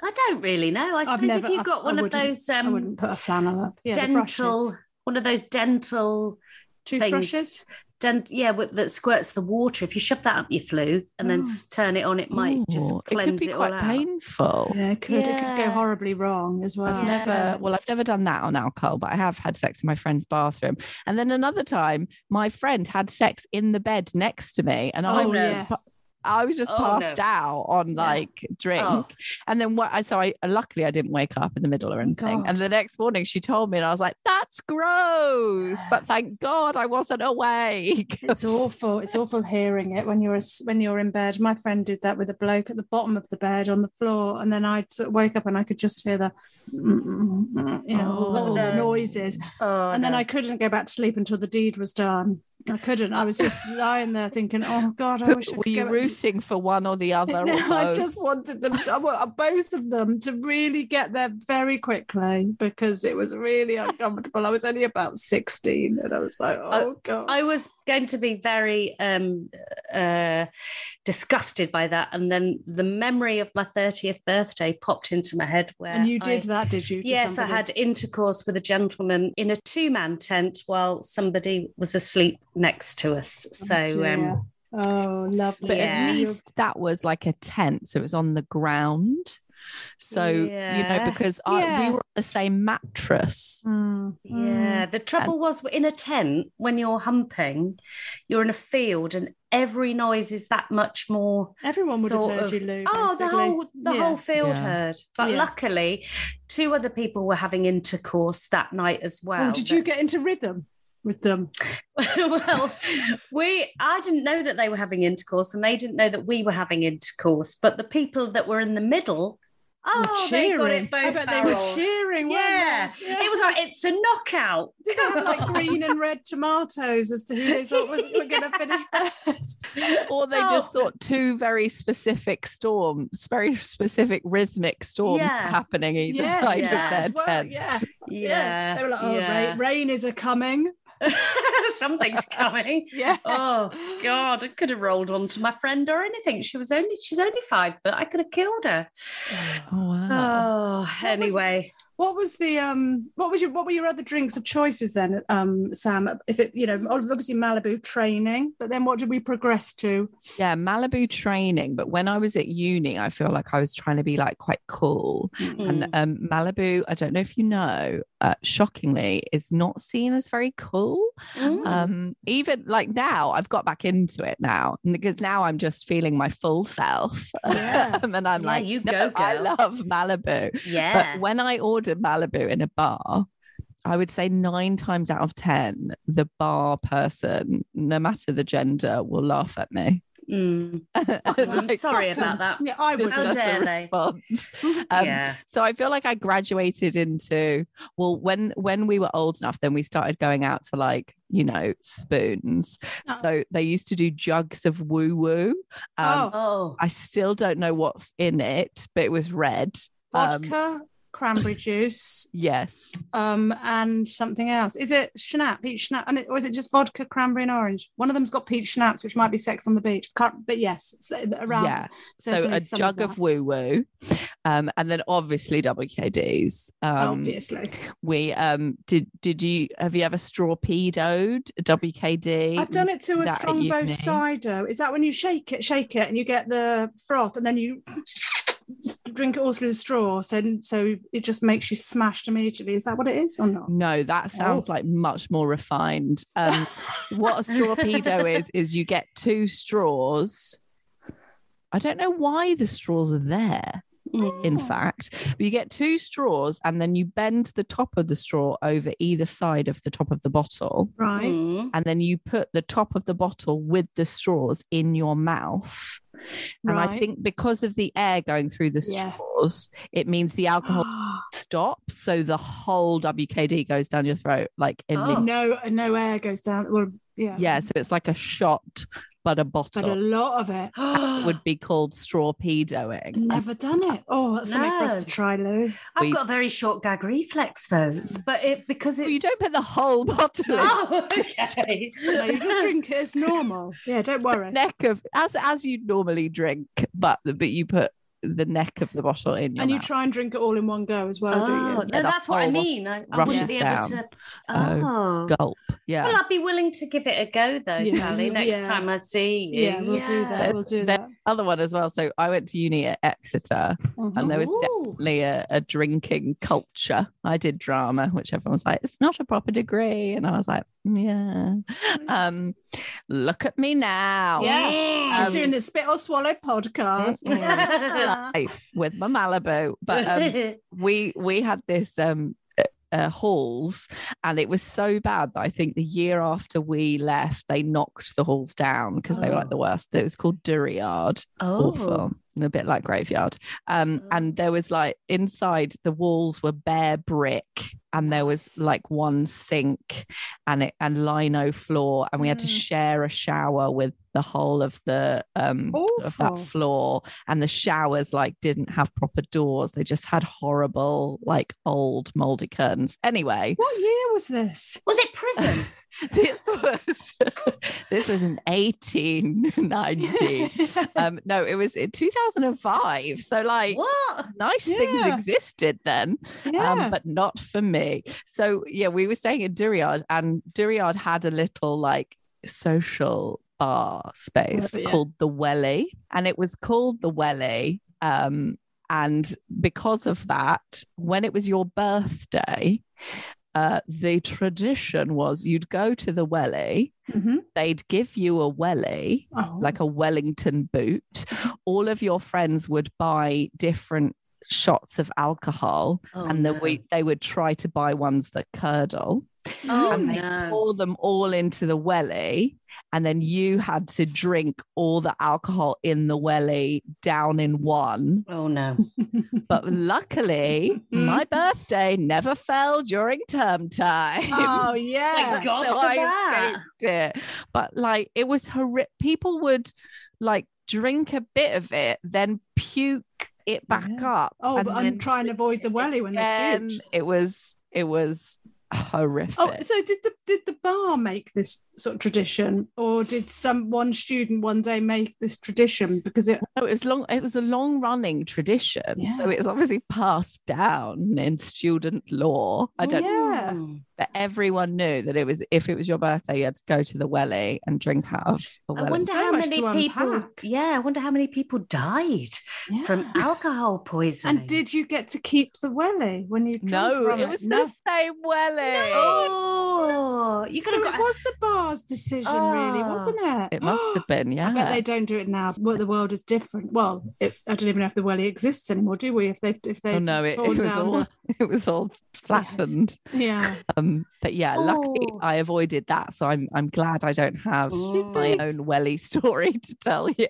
[SPEAKER 1] I don't really know. I suppose
[SPEAKER 3] never-
[SPEAKER 1] if you
[SPEAKER 3] I-
[SPEAKER 1] got
[SPEAKER 3] I
[SPEAKER 1] one of
[SPEAKER 3] wouldn't-
[SPEAKER 1] those
[SPEAKER 3] I
[SPEAKER 1] um,
[SPEAKER 3] wouldn't put a flannel up. Yeah, the
[SPEAKER 1] dental,
[SPEAKER 3] brushes.
[SPEAKER 1] one of those dental, things.
[SPEAKER 3] toothbrushes.
[SPEAKER 1] dent, yeah, with, that squirts the water. If you shove that up your flu and then
[SPEAKER 3] Oh.
[SPEAKER 1] s- turn it on, it might just
[SPEAKER 4] Ooh, it
[SPEAKER 1] cleanse
[SPEAKER 4] could be
[SPEAKER 1] all
[SPEAKER 4] quite
[SPEAKER 1] out.
[SPEAKER 4] painful
[SPEAKER 3] Yeah, it could it could go
[SPEAKER 1] Yeah.
[SPEAKER 3] horribly wrong as well.
[SPEAKER 4] I've never, well, I've never done that on alcohol, but I have had sex in my friend's bathroom. And then another time, my friend had sex in the bed next to me, and I
[SPEAKER 3] Oh,
[SPEAKER 4] was,
[SPEAKER 3] yeah.
[SPEAKER 4] pa- I was just
[SPEAKER 1] Oh, no.
[SPEAKER 4] passed out on like drink.
[SPEAKER 1] Oh.
[SPEAKER 4] And then what? I So I luckily I didn't wake up in
[SPEAKER 3] Oh,
[SPEAKER 4] the middle or anything.
[SPEAKER 3] God.
[SPEAKER 4] And the next morning, she told me, and I was like, "That's gross," but thank God I wasn't awake.
[SPEAKER 3] It's awful. It's awful hearing it when you're as- when you're in bed. My friend did that with a bloke at the bottom of the bed on the floor, and then I sort of woke up and I could just hear the, mm, mm, mm, you know, all the, all the
[SPEAKER 1] Oh, no.
[SPEAKER 3] noises,
[SPEAKER 1] Oh,
[SPEAKER 3] and then
[SPEAKER 1] no.
[SPEAKER 3] I couldn't go back to sleep until the deed was done. I couldn't. I
[SPEAKER 1] [LAUGHS]
[SPEAKER 3] was just lying there thinking, "Oh God, [LAUGHS] I
[SPEAKER 4] [LAUGHS] Were
[SPEAKER 3] wish." I could
[SPEAKER 4] you
[SPEAKER 3] go back-
[SPEAKER 4] rooting for one
[SPEAKER 3] [LAUGHS]
[SPEAKER 4] or the other?
[SPEAKER 3] No,
[SPEAKER 4] or
[SPEAKER 3] I
[SPEAKER 4] both?
[SPEAKER 3] just wanted them, I want both of them, to really get there very quickly because it was really uncomfortable. I was only about sixteen, and I was like, "Oh God."
[SPEAKER 1] I was going to be very um, uh, disgusted by that, and then the memory of my thirtieth birthday popped into my head. Where
[SPEAKER 3] and you did
[SPEAKER 1] I-
[SPEAKER 3] that, did you? to
[SPEAKER 1] Yes,
[SPEAKER 3] somebody?
[SPEAKER 1] I had intercourse with a gentleman in a two-man tent while somebody was asleep next to us. So, um,
[SPEAKER 3] oh, lovely.
[SPEAKER 4] but
[SPEAKER 1] Yeah.
[SPEAKER 4] at least that was like a tent so it was on the ground so you
[SPEAKER 1] Yeah.
[SPEAKER 4] know because I,
[SPEAKER 3] Yeah.
[SPEAKER 4] we were on the same mattress
[SPEAKER 3] Mm,
[SPEAKER 1] yeah, the trouble was in a tent when you're humping, you're in a field, and every noise is that much more
[SPEAKER 3] everyone would have
[SPEAKER 1] sort
[SPEAKER 3] heard
[SPEAKER 1] of-
[SPEAKER 3] you, Lou.
[SPEAKER 1] Oh, the
[SPEAKER 3] basically.
[SPEAKER 1] whole the
[SPEAKER 3] Yeah.
[SPEAKER 1] whole field
[SPEAKER 4] Yeah.
[SPEAKER 1] heard. But
[SPEAKER 3] Yeah.
[SPEAKER 1] luckily, two other people were having intercourse that night as well.
[SPEAKER 3] oh, did
[SPEAKER 1] [LAUGHS]
[SPEAKER 3] you
[SPEAKER 1] that-
[SPEAKER 3] get into rhythm with them?
[SPEAKER 1] well, we I didn't know that they were having intercourse, and they didn't know that we were having intercourse. But the people that were in the middle,
[SPEAKER 3] Were
[SPEAKER 1] oh, they got it
[SPEAKER 3] I
[SPEAKER 1] both barrels.
[SPEAKER 3] bet they were cheering. weren't
[SPEAKER 1] Yeah.
[SPEAKER 3] they?
[SPEAKER 1] It was like it's a knockout.
[SPEAKER 3] Did [LAUGHS] they have
[SPEAKER 1] [LAUGHS]
[SPEAKER 3] like green and red tomatoes as to who they thought was were going to finish
[SPEAKER 4] [LAUGHS]
[SPEAKER 3] first?
[SPEAKER 4] or they just thought two very specific storms very specific rhythmic storms
[SPEAKER 1] Yeah.
[SPEAKER 4] happening either
[SPEAKER 3] Yes,
[SPEAKER 4] side
[SPEAKER 1] yeah.
[SPEAKER 4] of
[SPEAKER 3] As
[SPEAKER 4] their
[SPEAKER 3] well,
[SPEAKER 4] tent
[SPEAKER 3] yeah,
[SPEAKER 1] Yeah,
[SPEAKER 3] They were like, "Oh,
[SPEAKER 1] yeah.
[SPEAKER 3] rain, rain is a coming."
[SPEAKER 1] [LAUGHS] something's coming.
[SPEAKER 3] Yes.
[SPEAKER 1] Oh God, I could have rolled onto my friend or anything. She was only she's only five foot. I could have killed her.
[SPEAKER 4] oh wow
[SPEAKER 1] Oh, anyway.
[SPEAKER 3] What was the um? What was your what were your other drinks of choices then, um, Sam? If it you know obviously Malibu training, but then what did we progress to?
[SPEAKER 4] yeah malibu training but when i was at uni i feel like i was trying to be like quite cool
[SPEAKER 1] Hmm.
[SPEAKER 4] and um, malibu i don't know if you know uh, shockingly is not seen as very cool
[SPEAKER 1] Mm. Hmm.
[SPEAKER 4] um even like now i've got back into it now and because now i'm just feeling my full self
[SPEAKER 3] Yeah.
[SPEAKER 4] Um, [LAUGHS] and i'm
[SPEAKER 1] Yeah,
[SPEAKER 4] like
[SPEAKER 1] you
[SPEAKER 4] "No,
[SPEAKER 1] go,
[SPEAKER 4] i
[SPEAKER 1] girl."
[SPEAKER 4] love malibu
[SPEAKER 1] yeah.
[SPEAKER 4] but when i order malibu in a bar i would say nine times out of ten the bar person no matter the gender will laugh at me [LAUGHS]
[SPEAKER 1] Mm. I'm
[SPEAKER 4] Like,
[SPEAKER 1] sorry
[SPEAKER 4] just-
[SPEAKER 1] about that.
[SPEAKER 3] Yeah, I
[SPEAKER 4] just
[SPEAKER 3] would.
[SPEAKER 1] How
[SPEAKER 4] as a
[SPEAKER 1] dare they.
[SPEAKER 4] response.
[SPEAKER 1] [LAUGHS]
[SPEAKER 4] Um,
[SPEAKER 1] yeah.
[SPEAKER 4] so I feel like I graduated into well when when we were old enough then we started going out to like you know spoons
[SPEAKER 3] Oh.
[SPEAKER 4] so they used to do jugs of woo woo um,
[SPEAKER 3] oh,
[SPEAKER 1] Oh.
[SPEAKER 4] I still don't know what's in it but it was red um,
[SPEAKER 3] vodka, cranberry juice,
[SPEAKER 4] Yes.
[SPEAKER 3] um, and something else. Is it schnapp, peach schnapp, and it, or is it just vodka, cranberry, and orange? One of them's got peach schnapps, which might be sex on the beach. Can't, but yes, it's around.
[SPEAKER 4] Yeah. So
[SPEAKER 3] certainly
[SPEAKER 4] a
[SPEAKER 3] some
[SPEAKER 4] jug of
[SPEAKER 3] that,
[SPEAKER 4] woo woo, um, and then obviously WKDs. Um,
[SPEAKER 3] obviously.
[SPEAKER 4] We um, did. Did you have you ever straw pedoed a WKD?
[SPEAKER 3] I've done it to a
[SPEAKER 4] that at
[SPEAKER 3] strongbow
[SPEAKER 4] uni.
[SPEAKER 3] cider. Is that when you shake it, shake it, and you get the froth, and then you [LAUGHS] drink it all through the straw? So, so it just makes you smashed immediately. Is that what it is or not?
[SPEAKER 4] No, that
[SPEAKER 3] Oh.
[SPEAKER 4] sounds like much more refined. Um, what a straw pedo is is you get two straws. I don't know why the straws are there.
[SPEAKER 1] Mm.
[SPEAKER 3] Oh.
[SPEAKER 4] in fact. But you get two straws and then you bend the top of the straw over either side of the top of the bottle.
[SPEAKER 3] Right.
[SPEAKER 1] Mm.
[SPEAKER 4] And then you put the top of the bottle with the straws in your mouth. And I
[SPEAKER 3] Right.
[SPEAKER 4] think because of the air going through the
[SPEAKER 3] Yeah.
[SPEAKER 4] straws, it means the alcohol stops. So the whole WKD goes down your throat like
[SPEAKER 1] Oh.
[SPEAKER 3] [GASPS]
[SPEAKER 4] immediately.
[SPEAKER 3] no, no air goes down. Well, yeah.
[SPEAKER 4] Yeah. So it's like a shot, but a bottle.
[SPEAKER 3] But a lot of it.
[SPEAKER 1] Mm.
[SPEAKER 4] It would be called straw pedoing.
[SPEAKER 3] Never done it. Oh, that's something for us
[SPEAKER 1] No.
[SPEAKER 3] to
[SPEAKER 1] [LAUGHS]
[SPEAKER 3] try, Lou.
[SPEAKER 1] [GASPS] I've
[SPEAKER 4] we-
[SPEAKER 1] got a very short gag reflex though, but it because it's
[SPEAKER 4] Well,
[SPEAKER 1] [LAUGHS]
[SPEAKER 4] you don't put the whole [LAUGHS] bottle in.
[SPEAKER 1] Oh, okay.
[SPEAKER 3] No, you
[SPEAKER 1] [LAUGHS]
[SPEAKER 3] just drink it as normal. Yeah, don't worry.
[SPEAKER 4] neck of as as you normally drink, but but you put the neck of the bottle in your
[SPEAKER 3] And you
[SPEAKER 4] mouth.
[SPEAKER 3] try and drink it all in one go as well,
[SPEAKER 1] Oh,
[SPEAKER 3] do
[SPEAKER 1] no,
[SPEAKER 3] you?
[SPEAKER 4] Yeah, the
[SPEAKER 1] that's what I
[SPEAKER 4] whole lot
[SPEAKER 1] mean. I, I
[SPEAKER 4] rushes
[SPEAKER 1] wouldn't be
[SPEAKER 4] down.
[SPEAKER 1] able to.
[SPEAKER 4] Oh,
[SPEAKER 1] Oh.
[SPEAKER 4] gulp. Yeah.
[SPEAKER 1] Well, I'd be willing to give it a go though,
[SPEAKER 3] Yeah,
[SPEAKER 1] Sally.
[SPEAKER 4] [LAUGHS]
[SPEAKER 3] you-
[SPEAKER 1] Next
[SPEAKER 3] yeah.
[SPEAKER 1] time I see you,
[SPEAKER 3] Yeah, we'll do
[SPEAKER 1] Yeah.
[SPEAKER 3] that. We'll do
[SPEAKER 4] That-
[SPEAKER 3] that.
[SPEAKER 4] Other one as well. So I went to uni at Exeter,
[SPEAKER 3] Mhm.
[SPEAKER 4] and there was
[SPEAKER 1] Ooh.
[SPEAKER 4] definitely a, a drinking culture. I did drama, which everyone was like, "It's not a proper degree," and I was like, "Yeah."
[SPEAKER 1] Mm-hmm.
[SPEAKER 4] Um, look at me now.
[SPEAKER 1] Mm.
[SPEAKER 3] Yeah.
[SPEAKER 4] Um,
[SPEAKER 3] She's doing the Spit or Swallow podcast.
[SPEAKER 4] Mm-mm.
[SPEAKER 1] [LAUGHS]
[SPEAKER 3] Yeah.
[SPEAKER 4] Life with my Malibu, but um, we we had this um uh, uh, halls and it was so bad that I think the year after we left they knocked the halls down because they were like
[SPEAKER 1] Oh.
[SPEAKER 4] the worst. It was called Duryard,
[SPEAKER 1] [LAUGHS] oh.
[SPEAKER 4] awful, and a bit like graveyard. Um,
[SPEAKER 3] Oh.
[SPEAKER 4] and there was like inside the walls were bare brick, and there was like one sink and it and lino floor, and we had to
[SPEAKER 3] Mm.
[SPEAKER 4] share a shower with the whole of the um of that
[SPEAKER 3] Awful.
[SPEAKER 4] floor and the showers like didn't have proper doors they just had horrible like old moldy curtains anyway
[SPEAKER 3] [LAUGHS]
[SPEAKER 4] [LAUGHS]
[SPEAKER 3] What year was this?
[SPEAKER 1] Was it prison?
[SPEAKER 4] this was [LAUGHS] this was an
[SPEAKER 3] [LAUGHS]
[SPEAKER 4] 1890 um no it was in 2005 so [LAUGHS] like
[SPEAKER 1] what?
[SPEAKER 4] nice things
[SPEAKER 3] Yeah.
[SPEAKER 4] existed then
[SPEAKER 3] Yeah.
[SPEAKER 4] um, but not for me. So yeah, we were staying in Duryard, and Duryard had a little like social bar space
[SPEAKER 3] Oh, yeah.
[SPEAKER 4] called the Welly, and it was called the Welly. Um, and because of that, when it was your birthday, uh, the tradition was you'd go to the Welly.
[SPEAKER 3] Mhm.
[SPEAKER 4] They'd give you a welly,
[SPEAKER 3] Oh.
[SPEAKER 4] like a Wellington boot. All of your friends would buy different shots of alcohol
[SPEAKER 1] Oh,
[SPEAKER 4] and
[SPEAKER 1] no.
[SPEAKER 4] then we they would try to buy ones that curdle
[SPEAKER 1] Oh,
[SPEAKER 4] and they
[SPEAKER 1] no.
[SPEAKER 4] pour them all into the welly and then you had to drink all the alcohol in the welly down in one
[SPEAKER 1] Oh no. [LAUGHS]
[SPEAKER 4] but luckily my birthday never fell during term time [LAUGHS]
[SPEAKER 3] oh yeah.
[SPEAKER 1] Thank God
[SPEAKER 4] so
[SPEAKER 1] for
[SPEAKER 4] I
[SPEAKER 1] that.
[SPEAKER 4] escaped it. But like it was horrific. People would like drink a bit of it, then puke it back
[SPEAKER 3] Yeah.
[SPEAKER 4] up.
[SPEAKER 3] Oh, but
[SPEAKER 4] then
[SPEAKER 3] I'm trying to avoid the welly when they
[SPEAKER 4] again.
[SPEAKER 3] did.
[SPEAKER 4] It was it was horrific.
[SPEAKER 3] Oh, so did the did the bar make this sort of tradition, or did some one student one day make this tradition because it?
[SPEAKER 4] No, it was long. It was a long running tradition, so
[SPEAKER 3] Yeah.
[SPEAKER 4] it's obviously passed down in student law. I don't,
[SPEAKER 3] Yeah.
[SPEAKER 1] Mm.
[SPEAKER 4] but everyone knew that it was if it was your birthday, you had to go to the welly and drink out of the
[SPEAKER 1] I
[SPEAKER 4] welly.
[SPEAKER 1] wonder
[SPEAKER 3] so
[SPEAKER 1] how
[SPEAKER 3] much
[SPEAKER 1] many
[SPEAKER 3] to
[SPEAKER 1] people.
[SPEAKER 3] unpack.
[SPEAKER 1] Yeah, I wonder how many people died from alcohol poisoning.
[SPEAKER 3] And did you get to keep the welly when you? drank
[SPEAKER 4] no,
[SPEAKER 3] from
[SPEAKER 4] it was
[SPEAKER 3] No.
[SPEAKER 4] the same welly.
[SPEAKER 1] Oh, you could
[SPEAKER 3] So
[SPEAKER 1] have
[SPEAKER 3] it
[SPEAKER 1] got.
[SPEAKER 3] was the bar's decision, really,
[SPEAKER 1] Ah.
[SPEAKER 3] wasn't it?
[SPEAKER 4] It
[SPEAKER 3] [GASPS]
[SPEAKER 4] must have been, yeah.
[SPEAKER 3] I bet they don't do it now. Well, the world is different. Well, it, I don't even know if the welly exists anymore, do we? If they if they
[SPEAKER 4] oh no, it, [LAUGHS] it was all it was all flattened.
[SPEAKER 3] [LAUGHS] yeah.
[SPEAKER 4] Um, but yeah, luckily
[SPEAKER 1] Oh.
[SPEAKER 4] I avoided that, so I'm I'm glad I don't have
[SPEAKER 1] Did
[SPEAKER 4] my
[SPEAKER 3] they-
[SPEAKER 4] own welly [LAUGHS] story to tell you.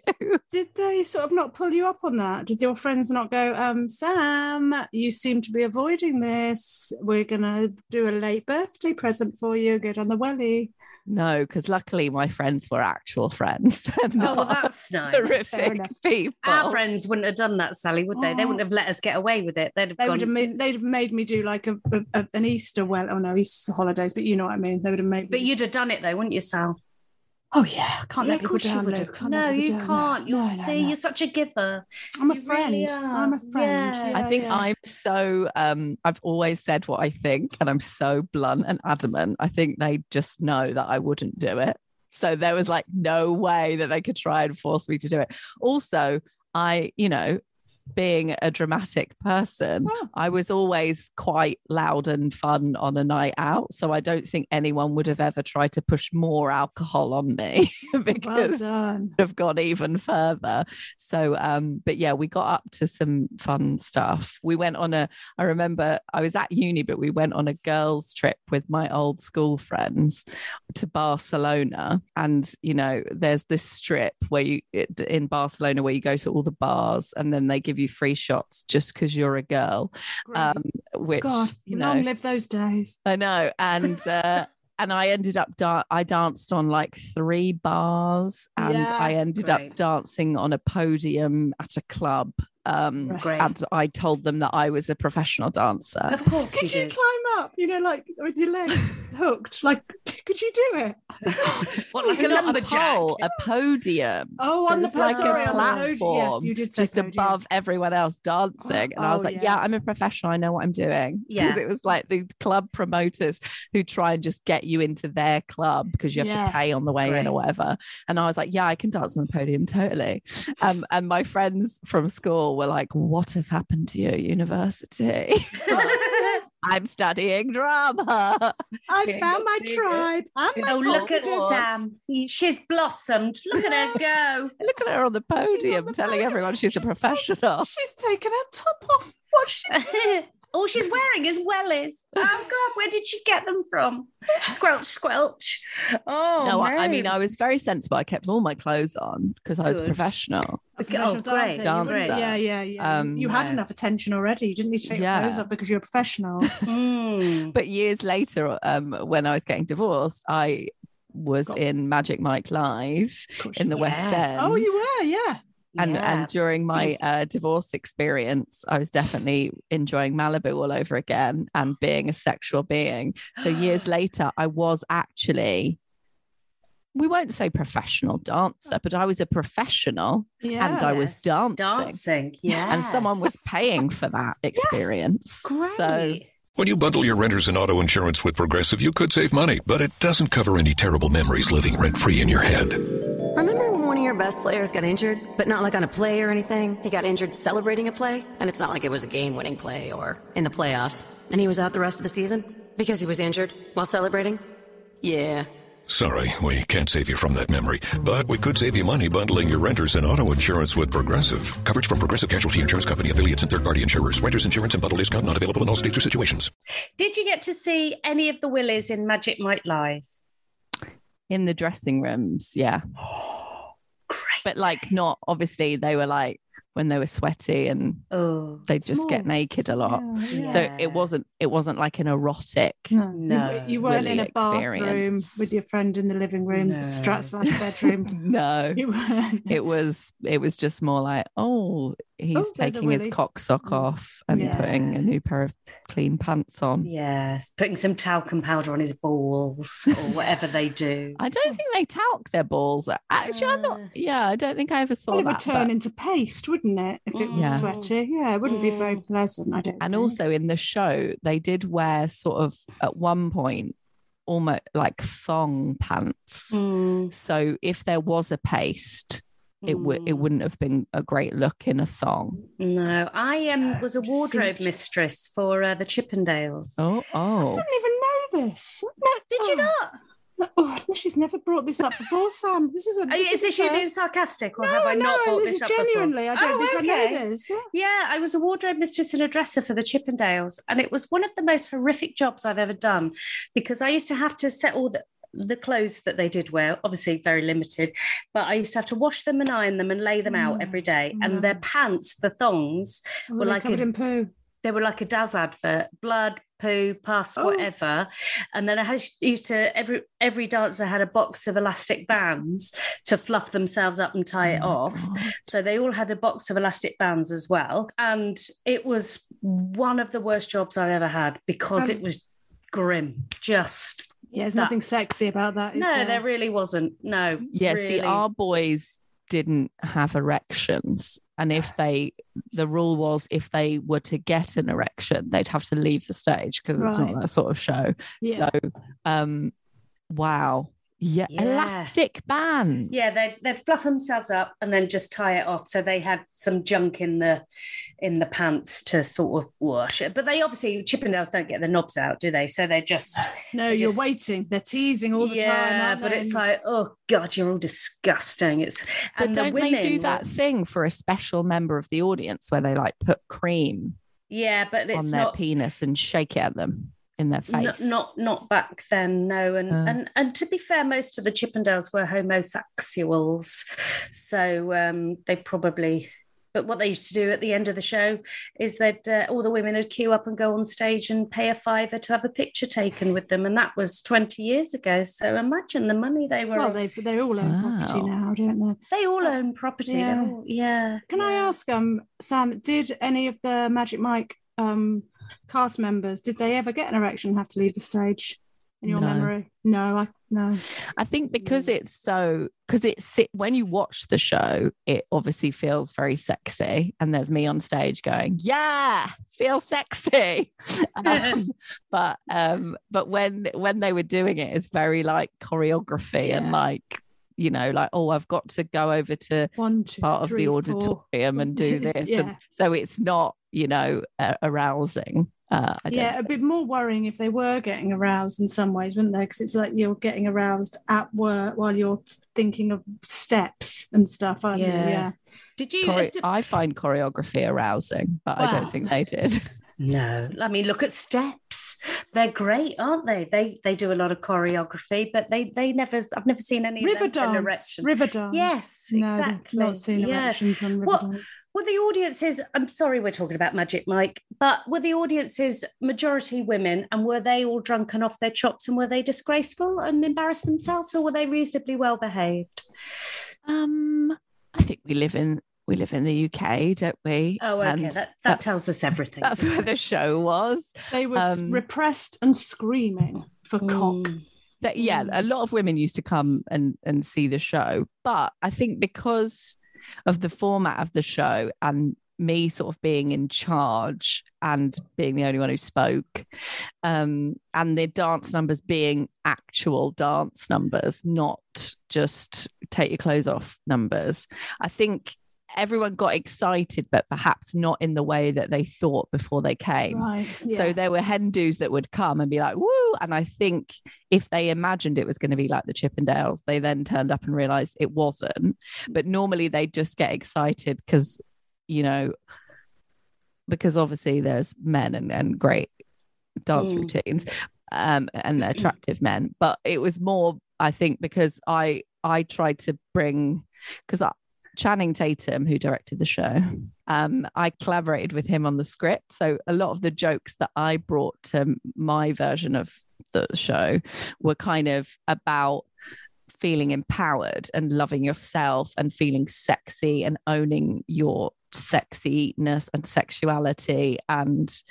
[SPEAKER 3] Did they sort of not pull you up on that? Did your friends not go, um, Sam, you seem to be avoiding this. We're gonna do a late birthday present for you. Go down the welly.
[SPEAKER 4] No, because luckily my friends were actual friends. [LAUGHS] and
[SPEAKER 1] Oh, well,
[SPEAKER 3] [LAUGHS]
[SPEAKER 4] not
[SPEAKER 1] that's nice.
[SPEAKER 3] Fair
[SPEAKER 4] [LAUGHS] horrific
[SPEAKER 3] enough.
[SPEAKER 4] people.
[SPEAKER 1] Our friends wouldn't have done that, Sally, would they? They wouldn't have let us get away with it. They'd have
[SPEAKER 3] Oh. They
[SPEAKER 1] gone. "Mm,
[SPEAKER 3] would have made, they'd have made me do like a, a, a- an Easter well oh no Easter holidays but you know what I mean they would have made me
[SPEAKER 1] but
[SPEAKER 3] do-
[SPEAKER 1] you'd have done it though, wouldn't you, Sal?
[SPEAKER 3] oh yeah I can't
[SPEAKER 1] yeah,
[SPEAKER 3] let
[SPEAKER 1] of
[SPEAKER 3] people
[SPEAKER 1] course you
[SPEAKER 3] down
[SPEAKER 1] would
[SPEAKER 3] Lou.
[SPEAKER 1] have.
[SPEAKER 3] Can't let
[SPEAKER 1] no,
[SPEAKER 3] people
[SPEAKER 1] you
[SPEAKER 3] down, Lou.
[SPEAKER 1] can't.
[SPEAKER 3] No,
[SPEAKER 1] You'll
[SPEAKER 3] no,
[SPEAKER 1] see.
[SPEAKER 3] no.
[SPEAKER 1] You're such a giver.
[SPEAKER 3] I'm a
[SPEAKER 1] you
[SPEAKER 3] friend
[SPEAKER 1] really
[SPEAKER 3] I'm a
[SPEAKER 1] are.
[SPEAKER 3] friend
[SPEAKER 1] Yeah.
[SPEAKER 3] Yeah,
[SPEAKER 4] I think
[SPEAKER 3] yeah.
[SPEAKER 4] I'm so um I've always said what I think and I'm so blunt and adamant. I think they just know that I wouldn't do it. So there was like no way that they could try and force me to do it. Also, I, you know, being a dramatic person,
[SPEAKER 3] Oh.
[SPEAKER 4] I was always quite loud and fun on a night out. So I don't think anyone would have ever tried to push more alcohol on me [LAUGHS]
[SPEAKER 3] well
[SPEAKER 4] because
[SPEAKER 3] done
[SPEAKER 4] have gone even further. So, um, but yeah, we got up to some fun stuff. We went on a, I remember I was at uni, but we went on a girls' trip with my old school friends to Barcelona. And, you know, there's this strip where you, it- in Barcelona, where you go to all the bars and then they give you free shots just because you're a girl,
[SPEAKER 3] Great.
[SPEAKER 4] [LAUGHS] um, which,
[SPEAKER 3] God
[SPEAKER 4] you
[SPEAKER 3] long
[SPEAKER 4] know,
[SPEAKER 3] live those days
[SPEAKER 4] I know.
[SPEAKER 3] [LAUGHS]
[SPEAKER 4] And, uh, and I ended up da- I danced on like three bars, and
[SPEAKER 3] Yeah,
[SPEAKER 4] I ended
[SPEAKER 1] great.
[SPEAKER 4] up dancing on a podium at a club. Um,
[SPEAKER 3] Right.
[SPEAKER 1] Great.
[SPEAKER 4] And I told them that I was a professional dancer.
[SPEAKER 1] Of course
[SPEAKER 3] could
[SPEAKER 1] you
[SPEAKER 3] you
[SPEAKER 1] did.
[SPEAKER 3] climb up you know like with your
[SPEAKER 4] [LAUGHS]
[SPEAKER 3] legs hooked like [LAUGHS] could you do
[SPEAKER 4] [GASPS]
[SPEAKER 3] it
[SPEAKER 1] What, like a
[SPEAKER 4] Not
[SPEAKER 1] lumberjack?
[SPEAKER 4] pole, a podium.
[SPEAKER 3] oh on the
[SPEAKER 4] It's like
[SPEAKER 1] a
[SPEAKER 3] sorry, on the podium. yes
[SPEAKER 4] platform,
[SPEAKER 3] you did say
[SPEAKER 4] Just
[SPEAKER 3] podium.
[SPEAKER 4] above everyone else dancing. And I was
[SPEAKER 3] Oh,
[SPEAKER 4] like, yeah.
[SPEAKER 3] yeah.
[SPEAKER 4] I'm a professional. I know what I'm doing. [LAUGHS]
[SPEAKER 1] Yeah.
[SPEAKER 4] Because it was like the club promoters who try and just get you into their club because you have
[SPEAKER 3] Yeah.
[SPEAKER 4] to pay on the way in
[SPEAKER 1] Right.
[SPEAKER 4] or whatever. And I was like, yeah, I can dance on the podium totally. [LAUGHS] Um, and my friends from school were like, what has happened to you at university? [LAUGHS]
[SPEAKER 1] [LAUGHS]
[SPEAKER 4] I'm studying drama. [LAUGHS]
[SPEAKER 3] I
[SPEAKER 4] Yeah,
[SPEAKER 3] found my
[SPEAKER 4] see it.
[SPEAKER 3] tribe I'm my
[SPEAKER 1] oh, look at
[SPEAKER 3] confidence.
[SPEAKER 1] Sam. She's blossomed. Look at her
[SPEAKER 3] [LAUGHS]
[SPEAKER 1] go.
[SPEAKER 4] Look at her on the
[SPEAKER 3] on the
[SPEAKER 4] podium telling
[SPEAKER 3] podium.
[SPEAKER 4] everyone she's, a
[SPEAKER 3] She's taking- [LAUGHS]
[SPEAKER 4] professional.
[SPEAKER 3] She's taken her top off. What she?
[SPEAKER 1] All Oh, she's wearing is wellies. Oh God, where did she get them from? Squelch, squelch. Oh
[SPEAKER 4] no, I, I
[SPEAKER 1] no.
[SPEAKER 4] mean, I was very sensible. I kept all my clothes on because I was
[SPEAKER 1] Good.
[SPEAKER 4] professional.
[SPEAKER 3] A
[SPEAKER 1] Oh, great.
[SPEAKER 3] professional dancer. You wouldn't-
[SPEAKER 4] Dancer.
[SPEAKER 3] Yeah, yeah, yeah.
[SPEAKER 4] Um,
[SPEAKER 3] you had
[SPEAKER 4] yeah.
[SPEAKER 3] enough attention already. You didn't need to take
[SPEAKER 4] Yeah.
[SPEAKER 3] your clothes off because you're a
[SPEAKER 4] [LAUGHS]
[SPEAKER 3] professional.
[SPEAKER 1] Mm.
[SPEAKER 4] But years later, um, when I was getting divorced, I was
[SPEAKER 3] Got-
[SPEAKER 4] in Magic Mike Live in the West
[SPEAKER 1] Yes.
[SPEAKER 4] End.
[SPEAKER 3] Oh, you were, yeah.
[SPEAKER 4] and
[SPEAKER 1] Yeah.
[SPEAKER 4] and during my uh, divorce experience, I was definitely enjoying Malibu all over again
[SPEAKER 1] Oh.
[SPEAKER 4] and being a sexual being. So
[SPEAKER 1] [GASPS]
[SPEAKER 4] years later, I was actually. We won't say professional dancer, but I was a professional
[SPEAKER 3] Yeah.
[SPEAKER 4] and I was
[SPEAKER 1] Yes,
[SPEAKER 4] dancing.
[SPEAKER 1] Dancing, yeah.
[SPEAKER 4] and someone was paying
[SPEAKER 1] [LAUGHS]
[SPEAKER 4] for that experience.
[SPEAKER 1] Great.
[SPEAKER 4] So
[SPEAKER 6] When you bundle your renter's and auto insurance with Progressive, you could save money, but it doesn't cover any terrible memories living rent free in your head.
[SPEAKER 7] Remember when one of your best players got injured, but not like on a play or anything? He got injured celebrating a play, and it's not like it was a game winning play or in the playoff. And he was out the rest of the season because he was injured while celebrating? Yeah.
[SPEAKER 6] Sorry, we can't save you from that memory, but we could save you money bundling your renter's and auto insurance with Progressive. Coverage from Progressive Casualty Insurance Company affiliates and third party insurers. Renter's insurance and bundle discount not available in all states or situations.
[SPEAKER 1] Did you get to see any of the Willies in Magic Mike Live?
[SPEAKER 4] [GASPS] in the dressing rooms, yeah.
[SPEAKER 1] Great.
[SPEAKER 4] But like not obviously they were like when they were sweaty and
[SPEAKER 1] Oh
[SPEAKER 4] they just get
[SPEAKER 3] Small.
[SPEAKER 4] naked a lot.
[SPEAKER 3] Yeah, yeah.
[SPEAKER 4] So
[SPEAKER 1] Yeah.
[SPEAKER 4] it wasn't it wasn't like an erotic.
[SPEAKER 3] No,
[SPEAKER 1] No.
[SPEAKER 3] you, you weren't in a
[SPEAKER 4] Really
[SPEAKER 3] bathroom
[SPEAKER 4] experience.
[SPEAKER 3] with your friend in the living room,
[SPEAKER 1] No.
[SPEAKER 3] strat slash
[SPEAKER 4] [LAUGHS]
[SPEAKER 3] [LAUGHS] bedroom.
[SPEAKER 4] No.
[SPEAKER 3] you weren't.
[SPEAKER 4] It was it was just more like, oh, he's
[SPEAKER 3] Oh, there's a
[SPEAKER 4] taking his
[SPEAKER 3] willy.
[SPEAKER 4] cock sock off and
[SPEAKER 3] Yeah.
[SPEAKER 4] putting a new pair of clean pants on.
[SPEAKER 1] yes, putting some talcum powder on his balls or whatever they do.
[SPEAKER 4] [LAUGHS] I don't think they talc their balls. Actually, I'm not.
[SPEAKER 3] Uh.
[SPEAKER 1] Ah.
[SPEAKER 4] Yeah, I don't think I ever saw
[SPEAKER 3] Well, it would
[SPEAKER 4] that.
[SPEAKER 3] turn
[SPEAKER 4] but-
[SPEAKER 3] into paste, wouldn't it? If it was
[SPEAKER 4] Yeah.
[SPEAKER 3] sweaty, yeah, it wouldn't be very
[SPEAKER 1] Mm.
[SPEAKER 3] pleasant. I don't.
[SPEAKER 4] and
[SPEAKER 3] think.
[SPEAKER 4] also in the show they did wear sort of at one point almost like thong pants
[SPEAKER 1] Mm,
[SPEAKER 4] so if there was a paste it would it
[SPEAKER 1] mm.
[SPEAKER 4] wouldn't have been a great look in a thong
[SPEAKER 1] No, I um,
[SPEAKER 4] [GASPS]
[SPEAKER 3] Oh,
[SPEAKER 1] was a
[SPEAKER 3] just
[SPEAKER 1] wardrobe
[SPEAKER 3] simply-
[SPEAKER 1] mistress for uh, the Chippendales.
[SPEAKER 4] oh
[SPEAKER 3] I
[SPEAKER 4] oh
[SPEAKER 3] didn't even know this. No,
[SPEAKER 1] Did you
[SPEAKER 3] oh.
[SPEAKER 1] not?
[SPEAKER 3] No, Oh, she's never brought this up before, Sam. This is a.
[SPEAKER 1] Are you-
[SPEAKER 3] This
[SPEAKER 1] Is
[SPEAKER 3] a
[SPEAKER 1] this you being
[SPEAKER 3] first.
[SPEAKER 1] sarcastic, or
[SPEAKER 3] no,
[SPEAKER 1] have I not
[SPEAKER 3] no,
[SPEAKER 1] brought
[SPEAKER 3] this,
[SPEAKER 1] this,
[SPEAKER 3] is
[SPEAKER 1] up before?
[SPEAKER 3] genuinely. I don't
[SPEAKER 1] Oh,
[SPEAKER 3] think I
[SPEAKER 1] okay.
[SPEAKER 3] know this. Yeah.
[SPEAKER 1] Yeah, I was a wardrobe mistress and a dresser for the Chippendales, and it was one of the most horrific jobs I've ever done because I used to have to set all the the clothes that they did wear, obviously very limited, but I used to have to wash them and iron them and lay them out
[SPEAKER 3] Mm,
[SPEAKER 1] every day. And
[SPEAKER 3] no.
[SPEAKER 1] their pants, the thongs,
[SPEAKER 3] Well,
[SPEAKER 1] Well,
[SPEAKER 3] they're
[SPEAKER 4] um,
[SPEAKER 1] like
[SPEAKER 3] covered
[SPEAKER 1] a-
[SPEAKER 3] in poo.
[SPEAKER 1] they were like a Daz advert blood, poo, pass,
[SPEAKER 3] Oh.
[SPEAKER 1] whatever. And then I had, used to every every dancer had a box of elastic bands to fluff themselves up and tie
[SPEAKER 3] Oh
[SPEAKER 1] it off. So they all had a box of elastic bands as well, and it was one of the worst jobs I've ever had because
[SPEAKER 3] Um,
[SPEAKER 1] it was grim. Just
[SPEAKER 3] Yeah, there's
[SPEAKER 1] That-
[SPEAKER 3] nothing sexy about that. Is
[SPEAKER 1] no, there?
[SPEAKER 3] there?
[SPEAKER 1] really wasn't. No,
[SPEAKER 4] Yeah, see,
[SPEAKER 1] really.
[SPEAKER 4] our boys didn't have erections. And if they, the rule was if they were to get an erection, they'd have to leave the stage because it's not
[SPEAKER 3] Right.
[SPEAKER 4] that sort of show.
[SPEAKER 3] Yeah.
[SPEAKER 4] So, um, wow. Yeah,
[SPEAKER 1] Yeah.
[SPEAKER 4] Elastic band.
[SPEAKER 1] Yeah, they'd they'd fluff themselves up and then just tie it off. So they had some junk in the in the pants to sort of wash it. But they obviously Chippendales don't get the knobs out, do they? So they're
[SPEAKER 4] [SIGHS]
[SPEAKER 1] just
[SPEAKER 3] no,
[SPEAKER 1] They
[SPEAKER 3] you're
[SPEAKER 1] just-
[SPEAKER 3] waiting. They're teasing all the time.
[SPEAKER 1] yeah.
[SPEAKER 3] aren't
[SPEAKER 1] But
[SPEAKER 3] they?
[SPEAKER 1] it's
[SPEAKER 3] And-
[SPEAKER 1] like, oh god, you're all disgusting. It's
[SPEAKER 4] But
[SPEAKER 1] and the
[SPEAKER 4] don't
[SPEAKER 1] women
[SPEAKER 4] they do
[SPEAKER 1] were-
[SPEAKER 4] that thing for a special member of the audience where they like put cream
[SPEAKER 1] Yeah, but it's
[SPEAKER 4] on their
[SPEAKER 1] not
[SPEAKER 4] penis and shake it at them in their
[SPEAKER 1] N-
[SPEAKER 4] face?
[SPEAKER 1] Not not back then, no. And
[SPEAKER 3] Ah.
[SPEAKER 4] Oh.
[SPEAKER 1] and and to be fair, most of the Chippendales were homosexuals, so um, they probably. But what they used to do at the end of the show is that uh, all the women would queue up and go on stage and pay a fiver to have a picture taken with them, and that was twenty years ago. So imagine the money they were.
[SPEAKER 3] well,
[SPEAKER 1] they,
[SPEAKER 3] they they all own property
[SPEAKER 4] Wow.
[SPEAKER 3] now, don't they?
[SPEAKER 1] all own property. they're
[SPEAKER 3] Yeah.
[SPEAKER 1] all- yeah.
[SPEAKER 3] Can I
[SPEAKER 1] yeah.
[SPEAKER 3] ask, um, Sam, did any of the Magic Mike um, cast members did they ever get an erection and have to leave the stage? In your
[SPEAKER 4] No.
[SPEAKER 3] memory? No, I no.
[SPEAKER 4] I think
[SPEAKER 1] Mm.
[SPEAKER 4] because it's so because it's si- when you watch the show, it obviously feels very sexy, and there's me on stage going, "Yeah, feel sexy," [LAUGHS] um, but um, but when when they were doing it, it's very like choreography and
[SPEAKER 3] Yeah.
[SPEAKER 4] like you know, like oh, I've got to go over to
[SPEAKER 3] One, two,
[SPEAKER 4] part of
[SPEAKER 3] three,
[SPEAKER 4] the
[SPEAKER 3] four.
[SPEAKER 4] auditorium and
[SPEAKER 1] [LAUGHS]
[SPEAKER 3] [LAUGHS]
[SPEAKER 4] do this,
[SPEAKER 3] Yeah.
[SPEAKER 4] and so it's not you know uh, arousing. Uh, I don't
[SPEAKER 3] yeah, it'd be more worrying if they were getting aroused in some ways, wouldn't they? Because it's like you're getting aroused at work while you're thinking of steps and stuff, aren't
[SPEAKER 1] Yeah.
[SPEAKER 3] you? Yeah.
[SPEAKER 1] [LAUGHS] Did you?
[SPEAKER 4] [LAUGHS] chore- I find choreography arousing, but I
[SPEAKER 3] Wow.
[SPEAKER 4] don't think they did. [LAUGHS]
[SPEAKER 1] No, I mean, look at steps. They're great, aren't they? They they do a lot of choreography, but they they never. I've never seen any of
[SPEAKER 3] River
[SPEAKER 1] them with an
[SPEAKER 3] dance.
[SPEAKER 1] erection.
[SPEAKER 3] River dance.
[SPEAKER 1] Yes,
[SPEAKER 3] no, they've
[SPEAKER 1] exactly.
[SPEAKER 3] Not seen
[SPEAKER 1] Yeah.
[SPEAKER 3] erections on river
[SPEAKER 1] What-
[SPEAKER 3] dance.
[SPEAKER 1] Well, the audiences. I'm sorry, we're talking about Magic Mike, but were the audiences majority women, and were they all drunken off their chops, and were they disgraceful and embarrassed themselves, or were they reasonably well behaved?
[SPEAKER 4] Um, I think we live in we live in the UK, don't we?
[SPEAKER 1] Oh, okay,
[SPEAKER 4] And
[SPEAKER 1] that, that
[SPEAKER 4] that's-
[SPEAKER 1] tells us everything.
[SPEAKER 4] That's where the show was.
[SPEAKER 3] They were s-
[SPEAKER 4] Um,
[SPEAKER 3] repressed and screaming for cock.
[SPEAKER 1] Mm.
[SPEAKER 4] That yeah, a lot of women used to come and and see the show, but I think because of the format of the show and me sort of being in charge and being the only one who spoke, um, and the dance numbers being actual dance numbers, not just take your clothes off numbers. I think everyone got excited, but perhaps not in the way that they thought before they came.
[SPEAKER 3] Right. Yeah.
[SPEAKER 4] So there were Hindus that would come and be like, woo. And I think if they imagined it was going to be like the Chippendales, they then turned up and realized it wasn't. But normally they just get excited because, you know, because obviously there's men and, and great dance
[SPEAKER 1] Mm.
[SPEAKER 4] routines um, and attractive men. But it was more, I think, because I I tried to bring because Channing Tatum, who directed the show, um, I collaborated with him on the script. So a lot of the jokes that I brought to my version of the show were kind of about feeling empowered and loving yourself and feeling sexy and owning your sexiness and sexuality and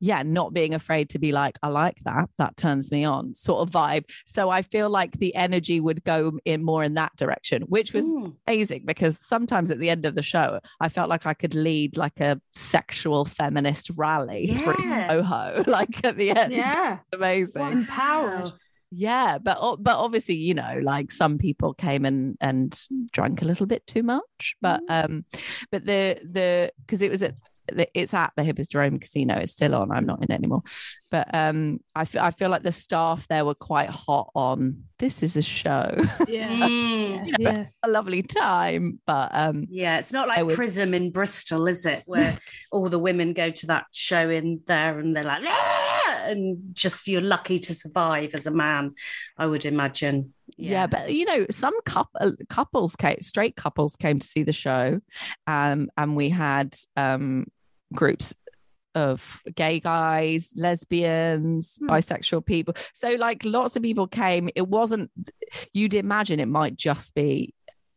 [SPEAKER 4] yeah not being afraid to be like i like that that turns me on sort of vibe so i feel like the energy would go in more in that direction which was
[SPEAKER 1] Mm.
[SPEAKER 4] amazing because sometimes at the end of the show, I felt like I could lead like a sexual feminist rally through
[SPEAKER 1] Yeah.
[SPEAKER 4] Soho, [LAUGHS] like at the end. [LAUGHS]
[SPEAKER 3] yeah.
[SPEAKER 4] Amazing.
[SPEAKER 3] What empowered.
[SPEAKER 1] Wow.
[SPEAKER 4] Yeah, but o- but obviously, you know, like some people came and and drank a little bit too much, but um, but the the because it was at the- it's at the Hippodrome Casino. It's still on. I'm not in it anymore, but um, I fe- I feel like the staff there were quite hot on. This is a show, [LAUGHS]
[SPEAKER 3] Yeah.
[SPEAKER 1] Mm.
[SPEAKER 3] Yeah. yeah.
[SPEAKER 4] a lovely time, but um,
[SPEAKER 1] Yeah, it's not
[SPEAKER 4] I
[SPEAKER 1] like
[SPEAKER 4] was-
[SPEAKER 1] Prism in Bristol, is
[SPEAKER 4] [LAUGHS]
[SPEAKER 1] it? Where all the women go to that show in there and they're like, "Ah!" and just you're lucky to survive as a man, I would imagine.
[SPEAKER 4] Yeah. but you know, some couple couples came, straight couples came to see the show, um, and we had um, groups of gay guys, lesbians,
[SPEAKER 3] Hmm.
[SPEAKER 4] bisexual people. So, like, lots of people came. It wasn't, you'd imagine it might just be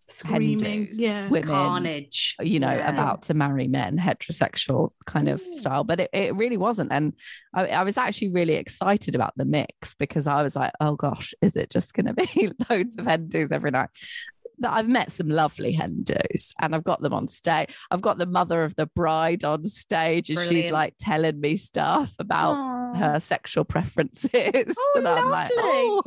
[SPEAKER 3] Screaming,
[SPEAKER 4] Hindus,
[SPEAKER 3] yeah.
[SPEAKER 4] women,
[SPEAKER 1] Carnage.
[SPEAKER 4] you know,
[SPEAKER 1] Yeah. Mm.
[SPEAKER 4] about to marry men, heterosexual kind of style. But it, it really wasn't. And I, I was actually really excited about the mix because I was like, oh gosh, is it just going to be [LAUGHS] loads of Hindus every night? That I've met some lovely Hindus and I've got them on stage. I've got the mother of the bride on stage and she's
[SPEAKER 1] Brilliant.
[SPEAKER 4] like telling me stuff about
[SPEAKER 3] Aw.
[SPEAKER 4] her sexual preferences. [LAUGHS]
[SPEAKER 1] Oh,
[SPEAKER 4] and I'm like,
[SPEAKER 1] lovely.
[SPEAKER 4] oh,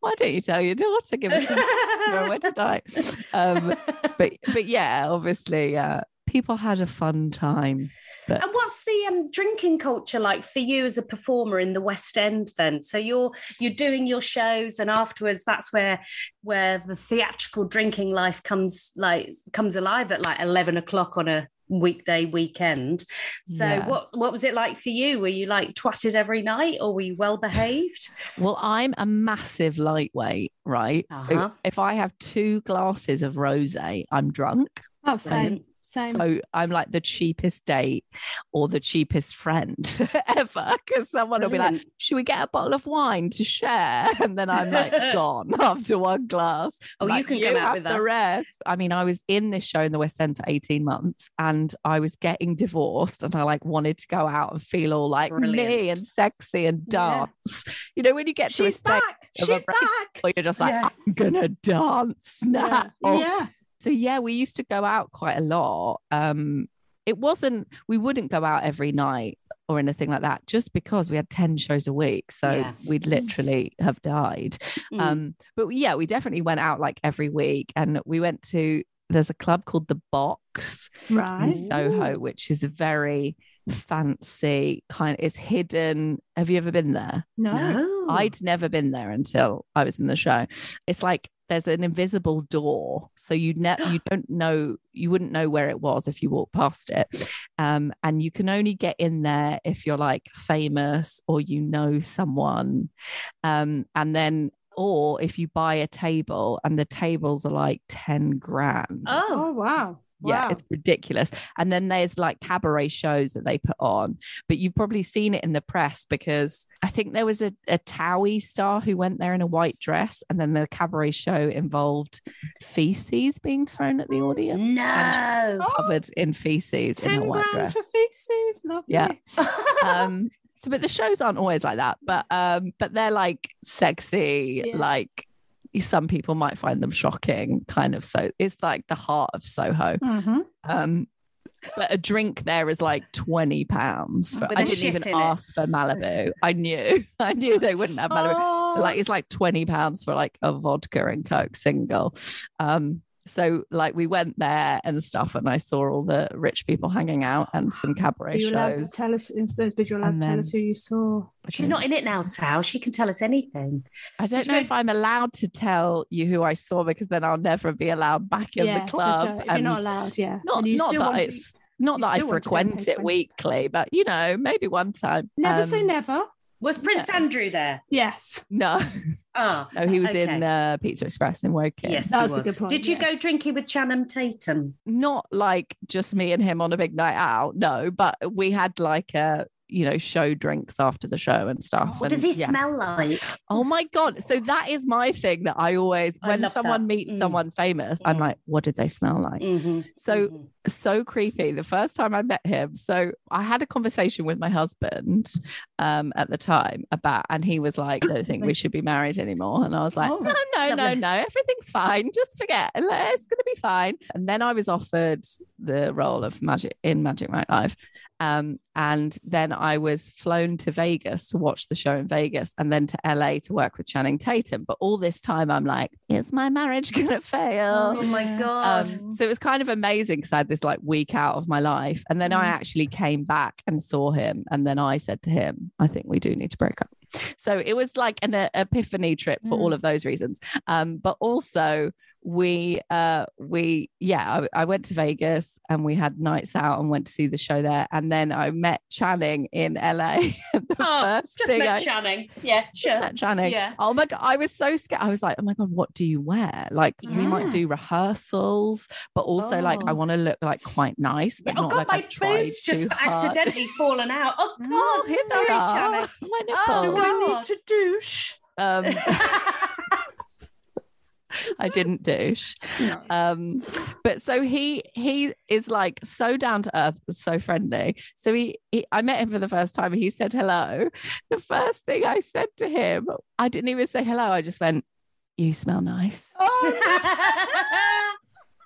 [SPEAKER 4] why don't you tell your daughter?
[SPEAKER 1] [LAUGHS]
[SPEAKER 4] Give us some [LAUGHS] for a wedding night. Um, but but yeah, obviously, uh, people had a fun time. But
[SPEAKER 1] And what's the um, drinking culture like for you as a performer in the West End? Then, so you're you're doing your shows, and afterwards, that's where where the theatrical drinking life comes like comes alive at like eleven o'clock on a weekday weekend. So,
[SPEAKER 4] Yeah.
[SPEAKER 1] what what was it like for you? Were you like twatted every night, or were you well behaved?
[SPEAKER 4] well, I'm a massive lightweight, right?
[SPEAKER 1] Uh-huh.
[SPEAKER 4] So if I have two glasses of rosé, I'm drunk.
[SPEAKER 3] Oh, same, same.
[SPEAKER 4] So I'm like the cheapest date or the cheapest friend [LAUGHS] ever because someone
[SPEAKER 1] [LAUGHS]
[SPEAKER 4] will be like, should we get a bottle of wine to share? [LAUGHS] And then
[SPEAKER 1] [LAUGHS]
[SPEAKER 4] I'm like, gone after one glass.
[SPEAKER 1] Oh,
[SPEAKER 4] I'm
[SPEAKER 1] you
[SPEAKER 4] like,
[SPEAKER 1] can come out
[SPEAKER 4] have
[SPEAKER 1] with
[SPEAKER 4] the
[SPEAKER 1] us."
[SPEAKER 4] rest. I mean, I was in this show in the West End for 18 months and I was getting divorced and I like wanted to go out and feel all like me
[SPEAKER 1] Brilliant.
[SPEAKER 4] and sexy and
[SPEAKER 3] Yeah.
[SPEAKER 4] dance. You know, when you get to a
[SPEAKER 3] She's
[SPEAKER 4] stage
[SPEAKER 3] back.
[SPEAKER 4] of a
[SPEAKER 3] She's
[SPEAKER 4] break- [LAUGHS]
[SPEAKER 3] back.
[SPEAKER 4] where you're just like,
[SPEAKER 1] Yeah.
[SPEAKER 4] I'm gonna dance now.
[SPEAKER 3] Yeah. yeah.
[SPEAKER 4] So yeah, we used to go out quite a lot. Um, it wasn't we wouldn't go out every night or anything like that, just because we had ten shows a week, so
[SPEAKER 1] Yeah.
[SPEAKER 4] we'd literally have died.
[SPEAKER 1] Mm.
[SPEAKER 4] Um, but we- yeah, we definitely went out like every week, and we went to there's a club called the Box
[SPEAKER 3] Right.
[SPEAKER 4] in Soho, which is a very fancy kind. It's hidden. Have you ever been there?
[SPEAKER 3] No.
[SPEAKER 1] no,
[SPEAKER 4] I'd never been there until I was in the show. It's like there's an invisible door, so you ne- you don't know you wouldn't know where it was if you walked past it, um, and you can only get in there if you're like famous or you know someone, um, and then or if you buy a table and the tables are like ten grand. or
[SPEAKER 1] Oh,
[SPEAKER 3] Oh wow.
[SPEAKER 4] yeah,
[SPEAKER 3] Wow.
[SPEAKER 4] it's ridiculous. And then there's like cabaret shows that they put on, but you've probably seen it in the press because I think there was a, a TOWIE star who went there in a white dress, and then the cabaret show involved feces being thrown at
[SPEAKER 3] [GASPS]
[SPEAKER 4] the audience, and
[SPEAKER 1] no.
[SPEAKER 4] she was covered in feces in
[SPEAKER 3] Ten
[SPEAKER 4] a white
[SPEAKER 3] grand
[SPEAKER 4] dress.
[SPEAKER 3] for feces. Lovely.
[SPEAKER 4] Yeah. um, so, but the shows aren't always like that, but um, but they're like sexy,
[SPEAKER 3] Yeah.
[SPEAKER 4] like some people might find them shocking, kind of. So it's like the heart of Soho.
[SPEAKER 3] hmm
[SPEAKER 4] Um, but a drink there is like twenty pounds.
[SPEAKER 1] With
[SPEAKER 4] I
[SPEAKER 1] a
[SPEAKER 4] didn't
[SPEAKER 1] shit
[SPEAKER 4] even
[SPEAKER 1] in it.
[SPEAKER 4] ask for Malibu. I knew, [LAUGHS] I knew they wouldn't have Malibu.
[SPEAKER 3] Oh.
[SPEAKER 4] But, Like it's like twenty pounds for like a vodka and coke single. Um, so like we went there and stuff, and I saw all the rich people hanging out and some
[SPEAKER 3] Are
[SPEAKER 4] cabaret
[SPEAKER 3] you allowed to
[SPEAKER 4] shows.
[SPEAKER 3] tell us? Is supposed to be allowed
[SPEAKER 4] And
[SPEAKER 3] to tell
[SPEAKER 4] then-
[SPEAKER 3] us who you saw?
[SPEAKER 1] [LAUGHS] She's not in it now, Sal. She can tell us anything.
[SPEAKER 4] I don't know if I'm allowed to tell you who I saw because then I'll never be allowed back in the
[SPEAKER 3] so
[SPEAKER 4] club.
[SPEAKER 3] don't- if you're not allowed. Yeah.
[SPEAKER 4] not,
[SPEAKER 3] And you
[SPEAKER 4] not
[SPEAKER 3] still
[SPEAKER 4] that
[SPEAKER 3] want to-
[SPEAKER 4] it's not
[SPEAKER 3] you
[SPEAKER 4] that I
[SPEAKER 3] still want to go
[SPEAKER 4] frequent it
[SPEAKER 3] frequent.
[SPEAKER 4] weekly, but you know, maybe one time.
[SPEAKER 3] Never say
[SPEAKER 4] Um,
[SPEAKER 3] never.
[SPEAKER 1] Was Prince
[SPEAKER 4] Yeah.
[SPEAKER 1] Andrew there?
[SPEAKER 3] Yes.
[SPEAKER 4] No,
[SPEAKER 1] Ah,
[SPEAKER 4] [LAUGHS] no, he was
[SPEAKER 1] okay.
[SPEAKER 4] in uh, Pizza Express in Woking.
[SPEAKER 1] Yes,
[SPEAKER 3] That
[SPEAKER 1] he
[SPEAKER 3] was a good
[SPEAKER 1] was.
[SPEAKER 3] point,
[SPEAKER 1] Did you go
[SPEAKER 3] yes.
[SPEAKER 1] drinking with Channing Tatum?
[SPEAKER 4] not like just me and him on a big night out. No, but we had like a you know show drinks after the show and stuff.
[SPEAKER 3] Oh,
[SPEAKER 1] What does he
[SPEAKER 4] and, yeah.
[SPEAKER 1] smell like?
[SPEAKER 4] Oh my god! So that is my thing that I always
[SPEAKER 1] I
[SPEAKER 4] when
[SPEAKER 1] love
[SPEAKER 4] someone
[SPEAKER 1] that.
[SPEAKER 4] meets
[SPEAKER 1] Mm.
[SPEAKER 4] someone famous, I'm
[SPEAKER 1] Mm.
[SPEAKER 4] like, what did they smell like?
[SPEAKER 3] Mm.
[SPEAKER 1] Mhm,
[SPEAKER 4] So
[SPEAKER 1] mhm.
[SPEAKER 4] so creepy the first time I met him. So I had a conversation with my husband um, at the time about, and he was like, "Don't think we should be married anymore." And I was like,
[SPEAKER 3] Oh,
[SPEAKER 4] "No, no, no,
[SPEAKER 1] lovely.
[SPEAKER 4] no, everything's fine. Just forget. It's going to be fine." And then I was offered the role of magic in Magic Night Live, um, and then I was flown to Vegas to watch the show in Vegas, and then to LA to work with Channing Tatum. But all this time, I'm like, "Is my marriage going to fail?"
[SPEAKER 1] Oh my
[SPEAKER 3] Yeah.
[SPEAKER 1] god!
[SPEAKER 4] um, so it was kind of amazing because I had this like week out of my life. And then I
[SPEAKER 3] Mm.
[SPEAKER 4] actually came back and saw him. And then I said to him, I think we do need to break up. e-,
[SPEAKER 1] Mm.
[SPEAKER 4] So it was like an uh, epiphany trip for all of those reasons. Um, but also, we uh we yeah I, I went to vegas and we had nights out and went to see the show there and then i met channing in la [LAUGHS] the
[SPEAKER 1] Oh,
[SPEAKER 4] first
[SPEAKER 1] just
[SPEAKER 4] thing
[SPEAKER 1] met
[SPEAKER 4] I-
[SPEAKER 1] Channing. Yeah, sure.
[SPEAKER 4] met Channing.
[SPEAKER 1] Yeah.
[SPEAKER 4] Oh my god, I was so scared. I was like, oh my god, what do you wear? Like we might do rehearsals, but also like I
[SPEAKER 3] Oh.
[SPEAKER 4] want to look like quite nice, but
[SPEAKER 1] oh
[SPEAKER 4] not
[SPEAKER 1] god,
[SPEAKER 4] like
[SPEAKER 1] my
[SPEAKER 4] I've tried
[SPEAKER 1] boobs just
[SPEAKER 4] too hard.
[SPEAKER 1] accidentally fallen out. Oh god,
[SPEAKER 4] [LAUGHS] No, here they
[SPEAKER 1] sorry,
[SPEAKER 4] are.
[SPEAKER 1] Channing.
[SPEAKER 4] [LAUGHS]
[SPEAKER 1] Oh,
[SPEAKER 4] My nipples.
[SPEAKER 1] God.
[SPEAKER 3] to douche.
[SPEAKER 4] [LAUGHS]
[SPEAKER 1] [LAUGHS]
[SPEAKER 4] um, I didn't douche. Um, but so he he is like so down to earth, so friendly. So he, he I met him for the first time. He said hello. The first thing I said to him, I didn't even say hello. I just went, "You smell nice."
[SPEAKER 3] Oh,
[SPEAKER 4] [LAUGHS]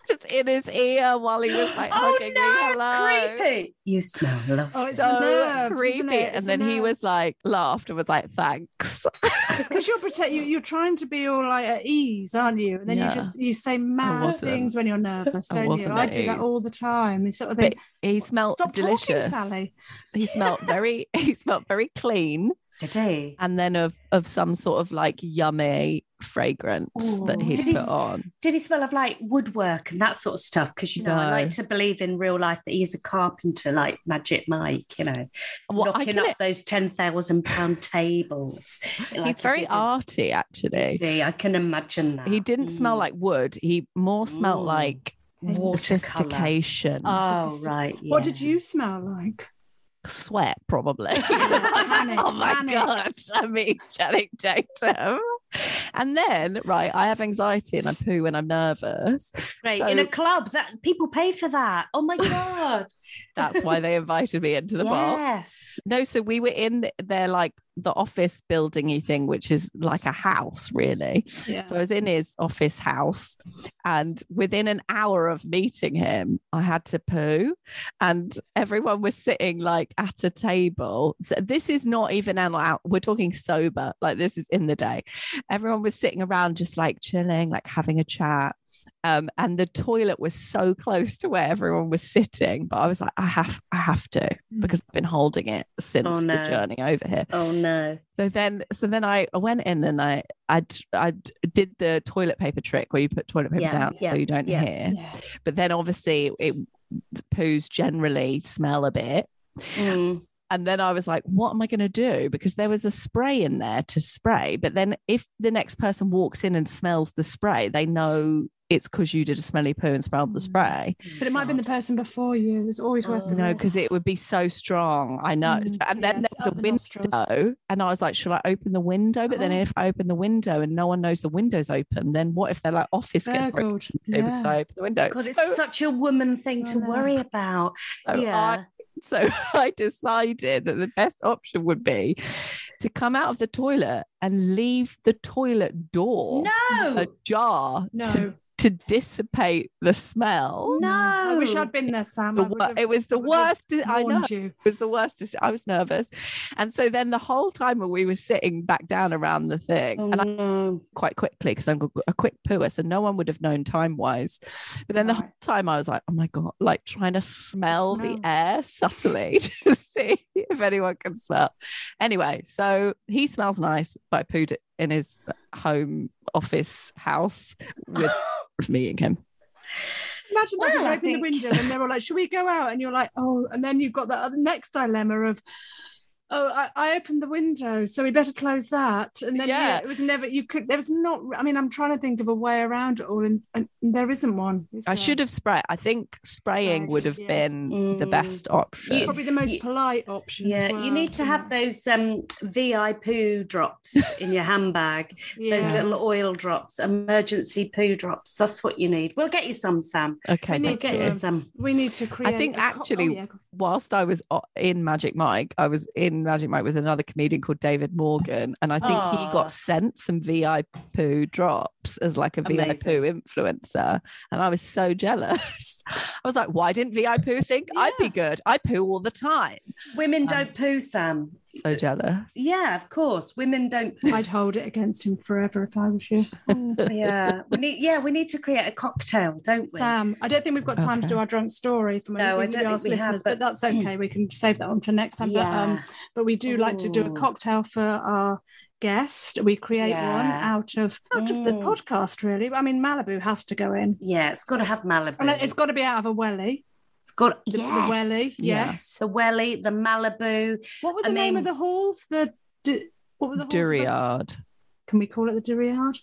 [SPEAKER 4] Just in his ear while he was like
[SPEAKER 1] oh
[SPEAKER 4] hugging me.
[SPEAKER 1] no,
[SPEAKER 4] Hello.
[SPEAKER 1] creepy. You smell
[SPEAKER 3] Oh,
[SPEAKER 1] lovely.
[SPEAKER 3] it's
[SPEAKER 4] So
[SPEAKER 3] the nerves, isn't
[SPEAKER 4] creepy.
[SPEAKER 3] it? It's
[SPEAKER 4] And
[SPEAKER 3] the
[SPEAKER 4] then he
[SPEAKER 3] nerves.
[SPEAKER 4] was like laughed and was like, "Thanks."
[SPEAKER 3] It's because you're protect you, you're trying to be all like at ease, aren't you? And then
[SPEAKER 4] Yeah.
[SPEAKER 3] you just you say mad
[SPEAKER 4] wasn't.
[SPEAKER 3] things when you're nervous,
[SPEAKER 4] [LAUGHS] I
[SPEAKER 3] don't you?
[SPEAKER 4] wasn't
[SPEAKER 3] I
[SPEAKER 4] at
[SPEAKER 3] do that
[SPEAKER 4] ease.
[SPEAKER 3] all the time. You sort of
[SPEAKER 4] But
[SPEAKER 3] think,
[SPEAKER 4] He smelled
[SPEAKER 3] stop
[SPEAKER 4] delicious.
[SPEAKER 3] talking, Sally.
[SPEAKER 4] He smelled very [LAUGHS] he smelled very clean.
[SPEAKER 1] Today.
[SPEAKER 4] and then of of some sort of like yummy fragrance that
[SPEAKER 1] Ooh.
[SPEAKER 4] he'd
[SPEAKER 1] Did
[SPEAKER 4] put
[SPEAKER 1] he s-
[SPEAKER 4] on.
[SPEAKER 1] Did he smell of like woodwork and that sort of stuff? Because you know, I
[SPEAKER 4] No.
[SPEAKER 1] like to believe in real life that he's a carpenter, like Magic Mike. You know,
[SPEAKER 4] Well, I
[SPEAKER 1] knocking
[SPEAKER 4] couldn't-
[SPEAKER 1] up those ten thousand pound tables. like he
[SPEAKER 4] he's very
[SPEAKER 1] did in-
[SPEAKER 4] arty, actually.
[SPEAKER 1] See, I can imagine that
[SPEAKER 4] He didn't smell
[SPEAKER 1] Mm.
[SPEAKER 4] like wood. He more smelled
[SPEAKER 1] Mm.
[SPEAKER 4] like
[SPEAKER 1] Watercolour.
[SPEAKER 4] sophistication,
[SPEAKER 1] Oh right.
[SPEAKER 3] What
[SPEAKER 1] yeah.
[SPEAKER 3] did you smell like?
[SPEAKER 4] sweat,
[SPEAKER 3] [LAUGHS]
[SPEAKER 4] probably. [LAUGHS] I was like,
[SPEAKER 3] Panic,
[SPEAKER 4] oh my
[SPEAKER 3] panic.
[SPEAKER 4] god! I mean, Channing Tatum. And then, right, I have anxiety and I poo when I'm nervous.
[SPEAKER 1] Right,
[SPEAKER 4] So-
[SPEAKER 1] in a club that people pay for that. Oh
[SPEAKER 4] [LAUGHS]
[SPEAKER 1] my god.
[SPEAKER 4] That's why they invited
[SPEAKER 3] [LAUGHS]
[SPEAKER 4] me into the bar.
[SPEAKER 1] yes.
[SPEAKER 4] No, so we were in the, their like the office buildingy thing, which is like a house, really.
[SPEAKER 3] Yeah.
[SPEAKER 4] So I was in his office house, and within an hour of meeting him, I had to poo, and everyone was sitting like at a table. So this is not even an out. We're talking sober, like this is in the day. Everyone was sitting around, just like chilling, like having a chat. Um, and the toilet was so close to where everyone was sitting, but I was like, I have, I have to because I've been holding it since
[SPEAKER 1] no.
[SPEAKER 4] the journey over here.
[SPEAKER 1] Oh no.
[SPEAKER 4] So then, so then I I went in and I I I did the toilet paper trick where you put toilet paper
[SPEAKER 1] Yeah,
[SPEAKER 4] down
[SPEAKER 1] yeah,
[SPEAKER 4] so you don't
[SPEAKER 1] yeah.
[SPEAKER 4] hear.
[SPEAKER 3] Yes.
[SPEAKER 4] But then obviously it poos generally smell a bit.
[SPEAKER 1] Mm.
[SPEAKER 4] And then I was like, what am I going to do? Because there was a spray in there to spray. But then if the next person walks in and smells the spray, they know it's because you did a smelly poo and smelled
[SPEAKER 1] Mm.
[SPEAKER 4] the spray.
[SPEAKER 3] But it might have been the person before you. It's always worth
[SPEAKER 1] Oh.
[SPEAKER 3] the
[SPEAKER 4] No,
[SPEAKER 3] risk.
[SPEAKER 4] because it would be so strong. I know.
[SPEAKER 3] Mm,
[SPEAKER 4] So- and then
[SPEAKER 3] yeah, it's
[SPEAKER 4] there's a
[SPEAKER 3] up the nostrils.
[SPEAKER 4] window, and I was like, "Shall I open the window?" But then
[SPEAKER 3] Oh.
[SPEAKER 4] if I open the window and no one knows the window's open, then what if they're like office gets broken
[SPEAKER 3] Burgled.
[SPEAKER 4] into because
[SPEAKER 3] Yeah.
[SPEAKER 4] I open the window?
[SPEAKER 1] God, it's
[SPEAKER 4] so,
[SPEAKER 1] such a woman thing
[SPEAKER 3] Oh,
[SPEAKER 1] to
[SPEAKER 3] no.
[SPEAKER 1] worry about.
[SPEAKER 4] [LAUGHS] so
[SPEAKER 1] yeah.
[SPEAKER 4] I, [LAUGHS] so I decided that the best option would be to come out of the toilet and leave the toilet door [LAUGHS]
[SPEAKER 1] No.
[SPEAKER 4] ajar to, [LAUGHS]
[SPEAKER 3] No.
[SPEAKER 4] to dissipate the smell.
[SPEAKER 1] No.
[SPEAKER 3] I wish I'd been there, Sam.
[SPEAKER 4] The
[SPEAKER 3] I would
[SPEAKER 4] wor-
[SPEAKER 3] have-
[SPEAKER 4] it was the
[SPEAKER 3] I would have
[SPEAKER 4] worst. I know.
[SPEAKER 3] warned you.
[SPEAKER 4] It was the worst. deci- I was nervous. And so then the whole time when we were sitting back down around the thing,
[SPEAKER 1] Oh,
[SPEAKER 4] and I
[SPEAKER 1] no.
[SPEAKER 4] quite quickly because I'm a quick pooer, so no one would have known time wise. But then the
[SPEAKER 3] Right.
[SPEAKER 4] whole time I was like, oh my God, like trying to smell the,
[SPEAKER 3] smell.
[SPEAKER 4] air subtly [LAUGHS] to see if anyone can smell. Anyway, so he smells nice, but I pooed it in his home office house with me and him.
[SPEAKER 3] Imagine
[SPEAKER 1] Well,
[SPEAKER 3] that you
[SPEAKER 1] I
[SPEAKER 3] open the
[SPEAKER 1] think-
[SPEAKER 3] window and they're all like, "Should we go out?" And you're like, "Oh," and then you've got that other, next dilemma of, "Oh, I, I opened the window, so we better close that." And then
[SPEAKER 4] Yeah.
[SPEAKER 3] yeah, it was never you could. There was not. I mean, I'm trying to think of a way around it all, and, and there isn't one. is
[SPEAKER 4] I
[SPEAKER 3] there?
[SPEAKER 4] should have sprayed. I think spraying
[SPEAKER 3] Spray,
[SPEAKER 4] would have
[SPEAKER 3] yeah.
[SPEAKER 4] been the
[SPEAKER 1] Mm.
[SPEAKER 4] best option.
[SPEAKER 3] probably the most
[SPEAKER 1] You-
[SPEAKER 3] polite option. as
[SPEAKER 1] Yeah, you
[SPEAKER 3] well,
[SPEAKER 1] need to
[SPEAKER 3] isn't
[SPEAKER 1] have
[SPEAKER 3] it?
[SPEAKER 1] those um, VI poo drops in your [LAUGHS] handbag, those
[SPEAKER 3] Yeah.
[SPEAKER 1] little oil drops, emergency poo drops. That's what you need. We'll get you some, Sam.
[SPEAKER 3] we
[SPEAKER 4] okay,
[SPEAKER 1] We'll
[SPEAKER 3] need
[SPEAKER 4] thank
[SPEAKER 1] get
[SPEAKER 3] to,
[SPEAKER 4] you.
[SPEAKER 1] you
[SPEAKER 3] um,
[SPEAKER 1] some.
[SPEAKER 3] We need to create.
[SPEAKER 4] think
[SPEAKER 3] a co-
[SPEAKER 4] actually-
[SPEAKER 3] oh, yeah.
[SPEAKER 4] whilst I was o- in Magic Mike, I was in Magic Mike with another comedian called David Morgan, and I think he
[SPEAKER 1] Aw.
[SPEAKER 4] got sent some VIP drops as like a VIP
[SPEAKER 1] Amazing.
[SPEAKER 4] influencer, and I was so jealous. [LAUGHS] I was like, "Why didn't VIP think I'd be good? I poo all the time."
[SPEAKER 1] Women don't poo, Sam.
[SPEAKER 4] So jealous.
[SPEAKER 1] Um, Yeah, of course. Women don't poo.
[SPEAKER 3] I'd hold it against him forever if I was you.
[SPEAKER 1] [LAUGHS] yeah, we need. Yeah, we need to create a cocktail, don't we?
[SPEAKER 3] Sam, I don't think we've got time to
[SPEAKER 4] Okay.
[SPEAKER 3] do our drunk story from
[SPEAKER 1] No, I
[SPEAKER 3] anybody
[SPEAKER 1] don't think
[SPEAKER 3] else
[SPEAKER 1] we have,
[SPEAKER 3] listeners,
[SPEAKER 1] but-
[SPEAKER 3] but... that's okay. We can save that one for next time. But um,
[SPEAKER 1] yeah.
[SPEAKER 3] but we do like to do a
[SPEAKER 1] Ooh.
[SPEAKER 3] cocktail for our guest. We create one
[SPEAKER 1] Yeah.
[SPEAKER 3] out of out of the
[SPEAKER 1] Mm.
[SPEAKER 3] podcast, really. I mean, Malibu has to go in.
[SPEAKER 1] Yeah, it's got to have Malibu.
[SPEAKER 3] And it's got to be out of a welly.
[SPEAKER 1] it's got
[SPEAKER 3] The,
[SPEAKER 1] yes.
[SPEAKER 3] the welly,
[SPEAKER 4] Yeah.
[SPEAKER 3] yes.
[SPEAKER 1] the welly, the Malibu.
[SPEAKER 3] What were the
[SPEAKER 1] I
[SPEAKER 3] name of
[SPEAKER 1] mean-
[SPEAKER 3] the halls? The du- what were the halls of the-
[SPEAKER 4] Duriard.
[SPEAKER 3] Can we call it the Duriard?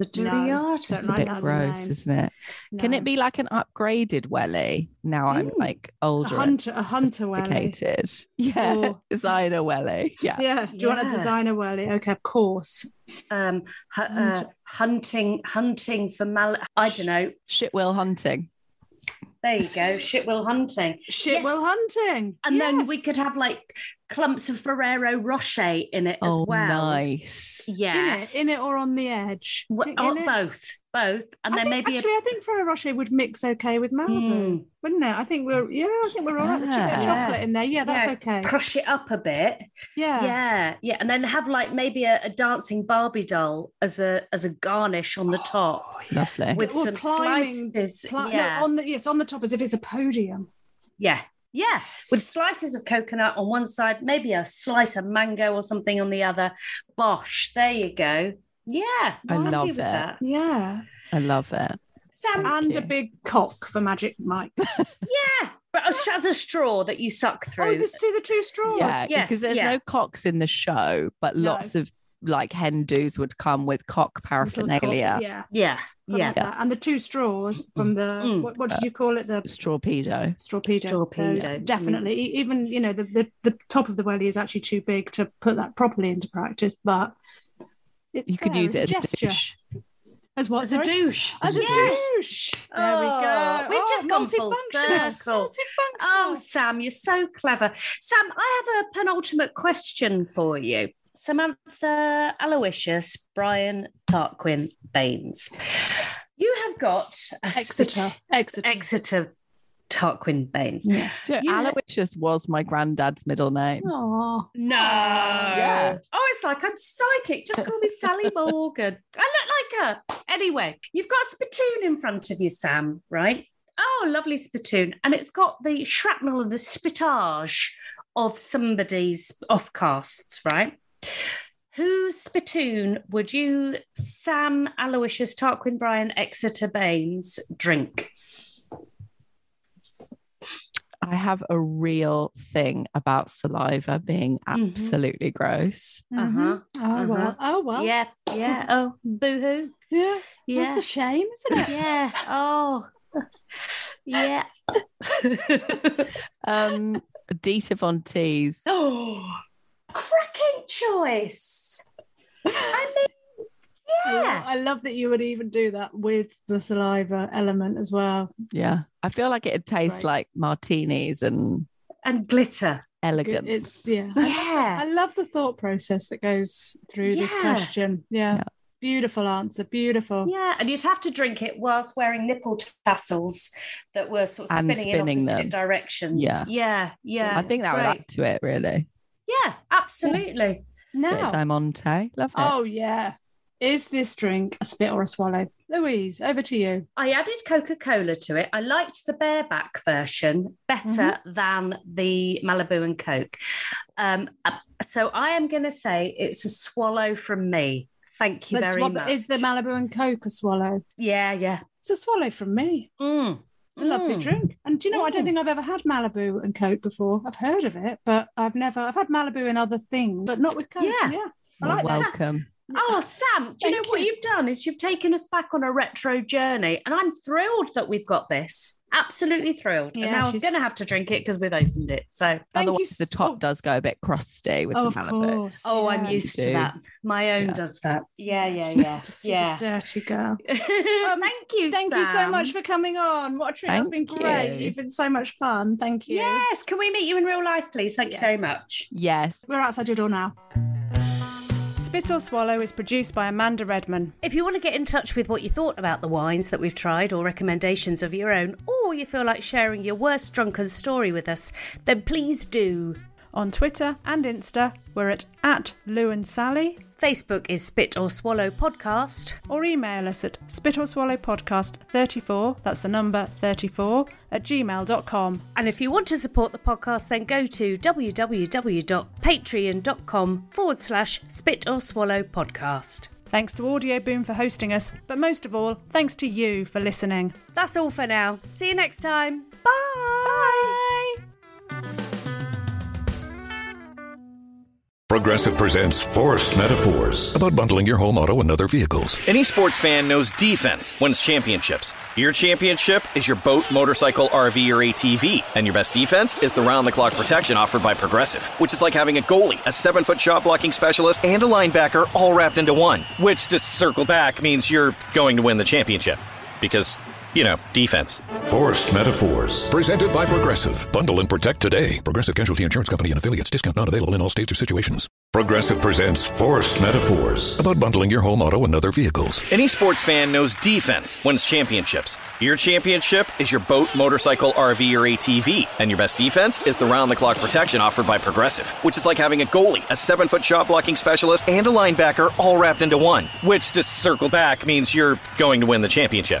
[SPEAKER 1] The
[SPEAKER 3] No,
[SPEAKER 1] Duriard.
[SPEAKER 3] don't
[SPEAKER 4] It's a
[SPEAKER 3] like
[SPEAKER 4] bit
[SPEAKER 3] that as a
[SPEAKER 4] gross,
[SPEAKER 3] name.
[SPEAKER 4] isn't it? Can
[SPEAKER 3] No.
[SPEAKER 4] it be like an upgraded welly? Now I'm
[SPEAKER 1] Mm.
[SPEAKER 4] like
[SPEAKER 3] a
[SPEAKER 4] older, and
[SPEAKER 3] hunter? A hunter welly.
[SPEAKER 4] sophisticated. [LAUGHS] Yeah,
[SPEAKER 3] Or-
[SPEAKER 4] designer welly. Yeah.
[SPEAKER 3] Yeah. Do you want a
[SPEAKER 1] Yeah.
[SPEAKER 3] designer welly? Okay, of course.
[SPEAKER 1] Um, hu- uh,
[SPEAKER 3] Hunt-
[SPEAKER 1] hunting, hunting for Mal. I don't know.
[SPEAKER 4] Shit will hunting.
[SPEAKER 1] There you go. Shitwill hunting.
[SPEAKER 3] Shit,
[SPEAKER 1] Yes.
[SPEAKER 3] well, hunting.
[SPEAKER 1] And then we
[SPEAKER 3] Yes.
[SPEAKER 1] could have like clumps of Ferrero Rocher in it
[SPEAKER 4] oh,
[SPEAKER 1] as well.
[SPEAKER 4] nice.
[SPEAKER 3] in
[SPEAKER 1] Yeah.
[SPEAKER 3] it, in it or on the edge.
[SPEAKER 1] W-
[SPEAKER 3] In
[SPEAKER 1] oh,
[SPEAKER 3] it.
[SPEAKER 1] both, both. And
[SPEAKER 3] I
[SPEAKER 1] then
[SPEAKER 3] think-
[SPEAKER 1] maybe
[SPEAKER 3] actually, I think Ferrero Rocher would mix okay with Malibu,
[SPEAKER 1] Mm,
[SPEAKER 3] wouldn't it? I think we're yeah, I think we're all right with
[SPEAKER 4] Yeah.
[SPEAKER 3] chocolate, chocolate in there. Yeah, that's
[SPEAKER 1] Yeah.
[SPEAKER 3] okay.
[SPEAKER 1] crush it up a bit.
[SPEAKER 3] Yeah.
[SPEAKER 1] yeah yeah and then have like maybe a, a dancing barbie doll as a as a garnish
[SPEAKER 3] Oh,
[SPEAKER 1] on the top
[SPEAKER 4] Lovely.
[SPEAKER 1] with
[SPEAKER 3] Or
[SPEAKER 1] some
[SPEAKER 3] climbing-
[SPEAKER 1] slices
[SPEAKER 3] Pla-
[SPEAKER 1] yeah.
[SPEAKER 3] No, on the yes, on the top as if it's a podium.
[SPEAKER 1] yeah yeah with slices of coconut on one side maybe a slice of mango or something on the other bosh there you go yeah
[SPEAKER 4] I
[SPEAKER 1] I'm happy
[SPEAKER 4] love
[SPEAKER 1] with
[SPEAKER 4] it.
[SPEAKER 1] that.
[SPEAKER 3] Yeah.
[SPEAKER 4] I love it.
[SPEAKER 1] sam
[SPEAKER 3] and
[SPEAKER 4] you.
[SPEAKER 3] a big cock for Magic Mike.
[SPEAKER 1] yeah but as, as a straw that you suck through
[SPEAKER 3] Oh, there's two the two straws.
[SPEAKER 4] Yeah,
[SPEAKER 1] yes,
[SPEAKER 4] because there's
[SPEAKER 1] yeah.
[SPEAKER 4] no cocks in the show, but
[SPEAKER 3] No.
[SPEAKER 4] lots of like Hindus would come with cock
[SPEAKER 3] Little cock,
[SPEAKER 4] paraphernalia.
[SPEAKER 3] Yeah.
[SPEAKER 1] yeah
[SPEAKER 3] I
[SPEAKER 1] yeah
[SPEAKER 3] like that. And the two straws from the
[SPEAKER 1] Mm.
[SPEAKER 3] what, what did you call it? The
[SPEAKER 4] Strawpedo.
[SPEAKER 3] Strawpedo.
[SPEAKER 1] Strawpedo.
[SPEAKER 3] Those, Definitely. E- Even, you know, the, the, the top of the welly is actually too big to put that properly into practice, but it's
[SPEAKER 4] You could
[SPEAKER 3] there
[SPEAKER 4] use
[SPEAKER 3] as
[SPEAKER 4] it
[SPEAKER 3] a
[SPEAKER 4] as a
[SPEAKER 3] gesture.
[SPEAKER 4] douche.
[SPEAKER 3] As what?
[SPEAKER 1] as a
[SPEAKER 3] sorry?
[SPEAKER 1] douche
[SPEAKER 3] As a
[SPEAKER 1] Yes.
[SPEAKER 3] douche. There we
[SPEAKER 1] Oh,
[SPEAKER 3] go.
[SPEAKER 1] we've
[SPEAKER 3] Oh,
[SPEAKER 1] just gone full
[SPEAKER 3] multifunctional.
[SPEAKER 1] circle.
[SPEAKER 3] Multifunctional.
[SPEAKER 1] Oh, Sam, you're so clever. Sam, I have a penultimate question for you. Samantha Aloysius, Brian Tarquin Baines. You have got a
[SPEAKER 3] Exeter.
[SPEAKER 1] spat-
[SPEAKER 3] Exeter.
[SPEAKER 1] Exeter Tarquin Baines.
[SPEAKER 3] Yeah.
[SPEAKER 4] Do you know,
[SPEAKER 1] Yeah.
[SPEAKER 4] Aloysius was my granddad's middle name.
[SPEAKER 3] Oh.
[SPEAKER 1] No.
[SPEAKER 4] Yeah.
[SPEAKER 1] Oh, it's like I'm psychic. Just call me
[SPEAKER 3] [LAUGHS]
[SPEAKER 1] Sally Morgan. I look like her. Anyway, you've got a spittoon in front of you, Sam, right? Oh, lovely spittoon. And it's got the shrapnel and the spitage of somebody's offcasts, right? Whose spittoon would you, Sam Aloysius Tarquin Bryan Exeter Baines, drink?
[SPEAKER 4] I have a real thing about saliva being
[SPEAKER 1] Mhm.
[SPEAKER 4] absolutely gross.
[SPEAKER 1] Uh-huh.
[SPEAKER 3] Oh, well.
[SPEAKER 1] Uh-huh.
[SPEAKER 3] Oh, well.
[SPEAKER 1] Yeah, yeah. Oh, boo hoo.
[SPEAKER 3] Yeah.
[SPEAKER 1] Yeah.
[SPEAKER 3] That's a shame, isn't it?
[SPEAKER 1] Yeah. Oh. yeah.
[SPEAKER 4] Um, [LAUGHS] Dieter von Teese.
[SPEAKER 1] oh, [GASPS] cracking choice. I mean, yeah.
[SPEAKER 3] I love that you would even do that with the saliva element as well.
[SPEAKER 4] Yeah, I feel like it'd taste
[SPEAKER 3] Right.
[SPEAKER 4] like martinis and
[SPEAKER 1] And glitter.
[SPEAKER 4] elegance.
[SPEAKER 3] It's, yeah. [LAUGHS] I
[SPEAKER 1] Yeah.
[SPEAKER 3] love the thought process that goes through this
[SPEAKER 1] Yeah.
[SPEAKER 3] question. Yeah.
[SPEAKER 4] Yeah.
[SPEAKER 3] Beautiful answer. Beautiful.
[SPEAKER 1] Yeah, and you'd have to drink it whilst wearing nipple tassels that were sort of
[SPEAKER 4] And
[SPEAKER 1] spinning,
[SPEAKER 4] spinning
[SPEAKER 1] in opposite
[SPEAKER 4] them.
[SPEAKER 1] directions.
[SPEAKER 4] Yeah.
[SPEAKER 1] yeah, yeah.
[SPEAKER 4] I think that would
[SPEAKER 1] Great.
[SPEAKER 4] add to it really.
[SPEAKER 1] Yeah, absolutely.
[SPEAKER 4] Bit of
[SPEAKER 3] Now,
[SPEAKER 4] Diamante, love it.
[SPEAKER 3] oh, yeah. Is this drink a spit or a swallow? Louise, over to you.
[SPEAKER 1] I added Coca Cola to it. I liked the bareback version better
[SPEAKER 3] Mm-hmm.
[SPEAKER 1] than the Malibu and Coke. Um, uh, so I am going to say it's a swallow from me. Thank you
[SPEAKER 3] Let's
[SPEAKER 1] very
[SPEAKER 3] swap-
[SPEAKER 1] much.
[SPEAKER 3] Is the Malibu and Coke a swallow?
[SPEAKER 1] yeah, yeah.
[SPEAKER 3] It's a swallow from me.
[SPEAKER 1] Mm.
[SPEAKER 3] It's a lovely
[SPEAKER 1] Mm.
[SPEAKER 3] drink. And do you know, I don't
[SPEAKER 1] Mm.
[SPEAKER 3] think I've ever had Malibu and Coke before. I've heard of it, but I've never, I've had Malibu and other things, but not with Coke.
[SPEAKER 1] Yeah.
[SPEAKER 3] yeah. I
[SPEAKER 4] Well,
[SPEAKER 3] like that.
[SPEAKER 4] welcome.
[SPEAKER 1] Oh, Sam, do you know
[SPEAKER 3] Thank
[SPEAKER 1] what
[SPEAKER 3] you.
[SPEAKER 1] you've done is you've taken us back on a retro journey, and I'm thrilled that we've got this. Absolutely thrilled.
[SPEAKER 3] Yeah,
[SPEAKER 1] and now
[SPEAKER 3] she's-
[SPEAKER 1] I'm going to have to drink it because we've opened it. So,
[SPEAKER 3] Thank you
[SPEAKER 4] Otherwise, the
[SPEAKER 3] s-
[SPEAKER 4] top
[SPEAKER 3] oh.
[SPEAKER 4] does go a bit crusty with
[SPEAKER 3] Oh, of
[SPEAKER 4] the Malibu.
[SPEAKER 3] course.
[SPEAKER 1] oh,
[SPEAKER 3] yeah.
[SPEAKER 1] I'm used to
[SPEAKER 4] do.
[SPEAKER 1] that. My own
[SPEAKER 4] Yeah.
[SPEAKER 1] does that. Yeah, [LAUGHS]
[SPEAKER 3] [LAUGHS]
[SPEAKER 1] yeah,
[SPEAKER 3] She's-
[SPEAKER 1] yeah.
[SPEAKER 3] Just, she's
[SPEAKER 1] yeah.
[SPEAKER 3] a dirty girl.
[SPEAKER 1] [LAUGHS] Oh, thank you.
[SPEAKER 3] Thank you so
[SPEAKER 1] Sam.
[SPEAKER 3] much for coming on. What a treat. That's been
[SPEAKER 4] Thank
[SPEAKER 3] great.
[SPEAKER 4] you.
[SPEAKER 3] You've been so much fun. Thank you.
[SPEAKER 1] Yes, can we meet you in real life, please? Thank you very
[SPEAKER 3] Yes.
[SPEAKER 1] much.
[SPEAKER 4] Yes.
[SPEAKER 3] We're outside your door now.
[SPEAKER 5] Spit or Swallow is produced by Amanda Redman.
[SPEAKER 1] If you want to get in touch with what you thought about the wines that we've tried or recommendations of your own, or you feel like sharing your worst drunken story with us, then please do.
[SPEAKER 3] On Twitter and Insta, we're at, at Lou and Sally,
[SPEAKER 1] Facebook is Spit or Swallow Podcast.
[SPEAKER 3] or email us at spit or swallow podcast 34, that's the number 34, at gmail.com.
[SPEAKER 1] And if you want to support the podcast, then go to www.patreon.com forward slash Spit or Swallow Podcast.
[SPEAKER 3] Thanks to Audio Boom for hosting us, but most of all, thanks to you for listening.
[SPEAKER 1] That's all for now. See you next time. Bye.
[SPEAKER 6] Progressive presents Forced Metaphors about bundling your home, auto, and other vehicles.
[SPEAKER 8] Any sports fan knows defense wins championships. Your championship is your boat, motorcycle, RV, or ATV. And your best defense is the round the clock protection offered by Progressive, which is like having a goalie, a seven foot shot blocking specialist, and a linebacker all wrapped into one, which to circle back means you're going to win the championship. Because, you know, defense.
[SPEAKER 6] Forced Metaphors. Presented by Progressive. Bundle and protect today. Progressive Casualty Insurance Company and affiliates. Discount not available in all states or situations. Progressive presents Forced Metaphors about bundling your home, auto, and other vehicles.
[SPEAKER 8] Any sports fan knows defense wins championships. Your championship is your boat, motorcycle, RV, or ATV. And your best defense is the round the clock protection offered by Progressive, which is like having a goalie, a seven foot shot blocking specialist, and a linebacker all wrapped into one, which to circle back means you're going to win the championship.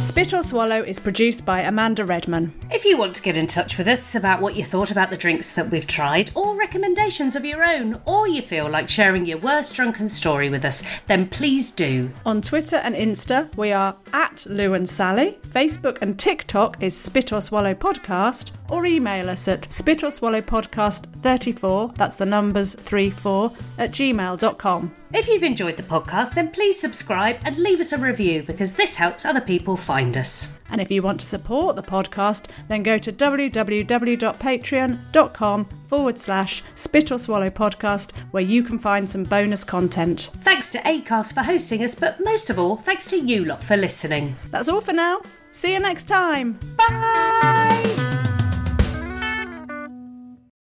[SPEAKER 3] Spit or Swallow is produced by Amanda Redman.
[SPEAKER 1] If you want to get in touch with us about what you thought about the drinks that we've tried, or recommendations of your own, or you feel like sharing your worst drunken story with us, then please do.
[SPEAKER 3] On Twitter and Insta, we are at Lou and Sally. Facebook and TikTok is Spit or Swallow Podcast, or email us at spit or swallow podcast 34, that's the numbers 34, at gmail.com.
[SPEAKER 1] If you've enjoyed the podcast, then please subscribe and leave us a review because this helps other people find us.
[SPEAKER 3] And if you want to support the podcast, then go to www.patreon.com forward slash spit or swallow podcast, where you can find some bonus content.
[SPEAKER 1] Thanks to ACAST for hosting us, but most of all, thanks to you lot for listening.
[SPEAKER 3] That's all for now. See you next time.
[SPEAKER 1] Bye!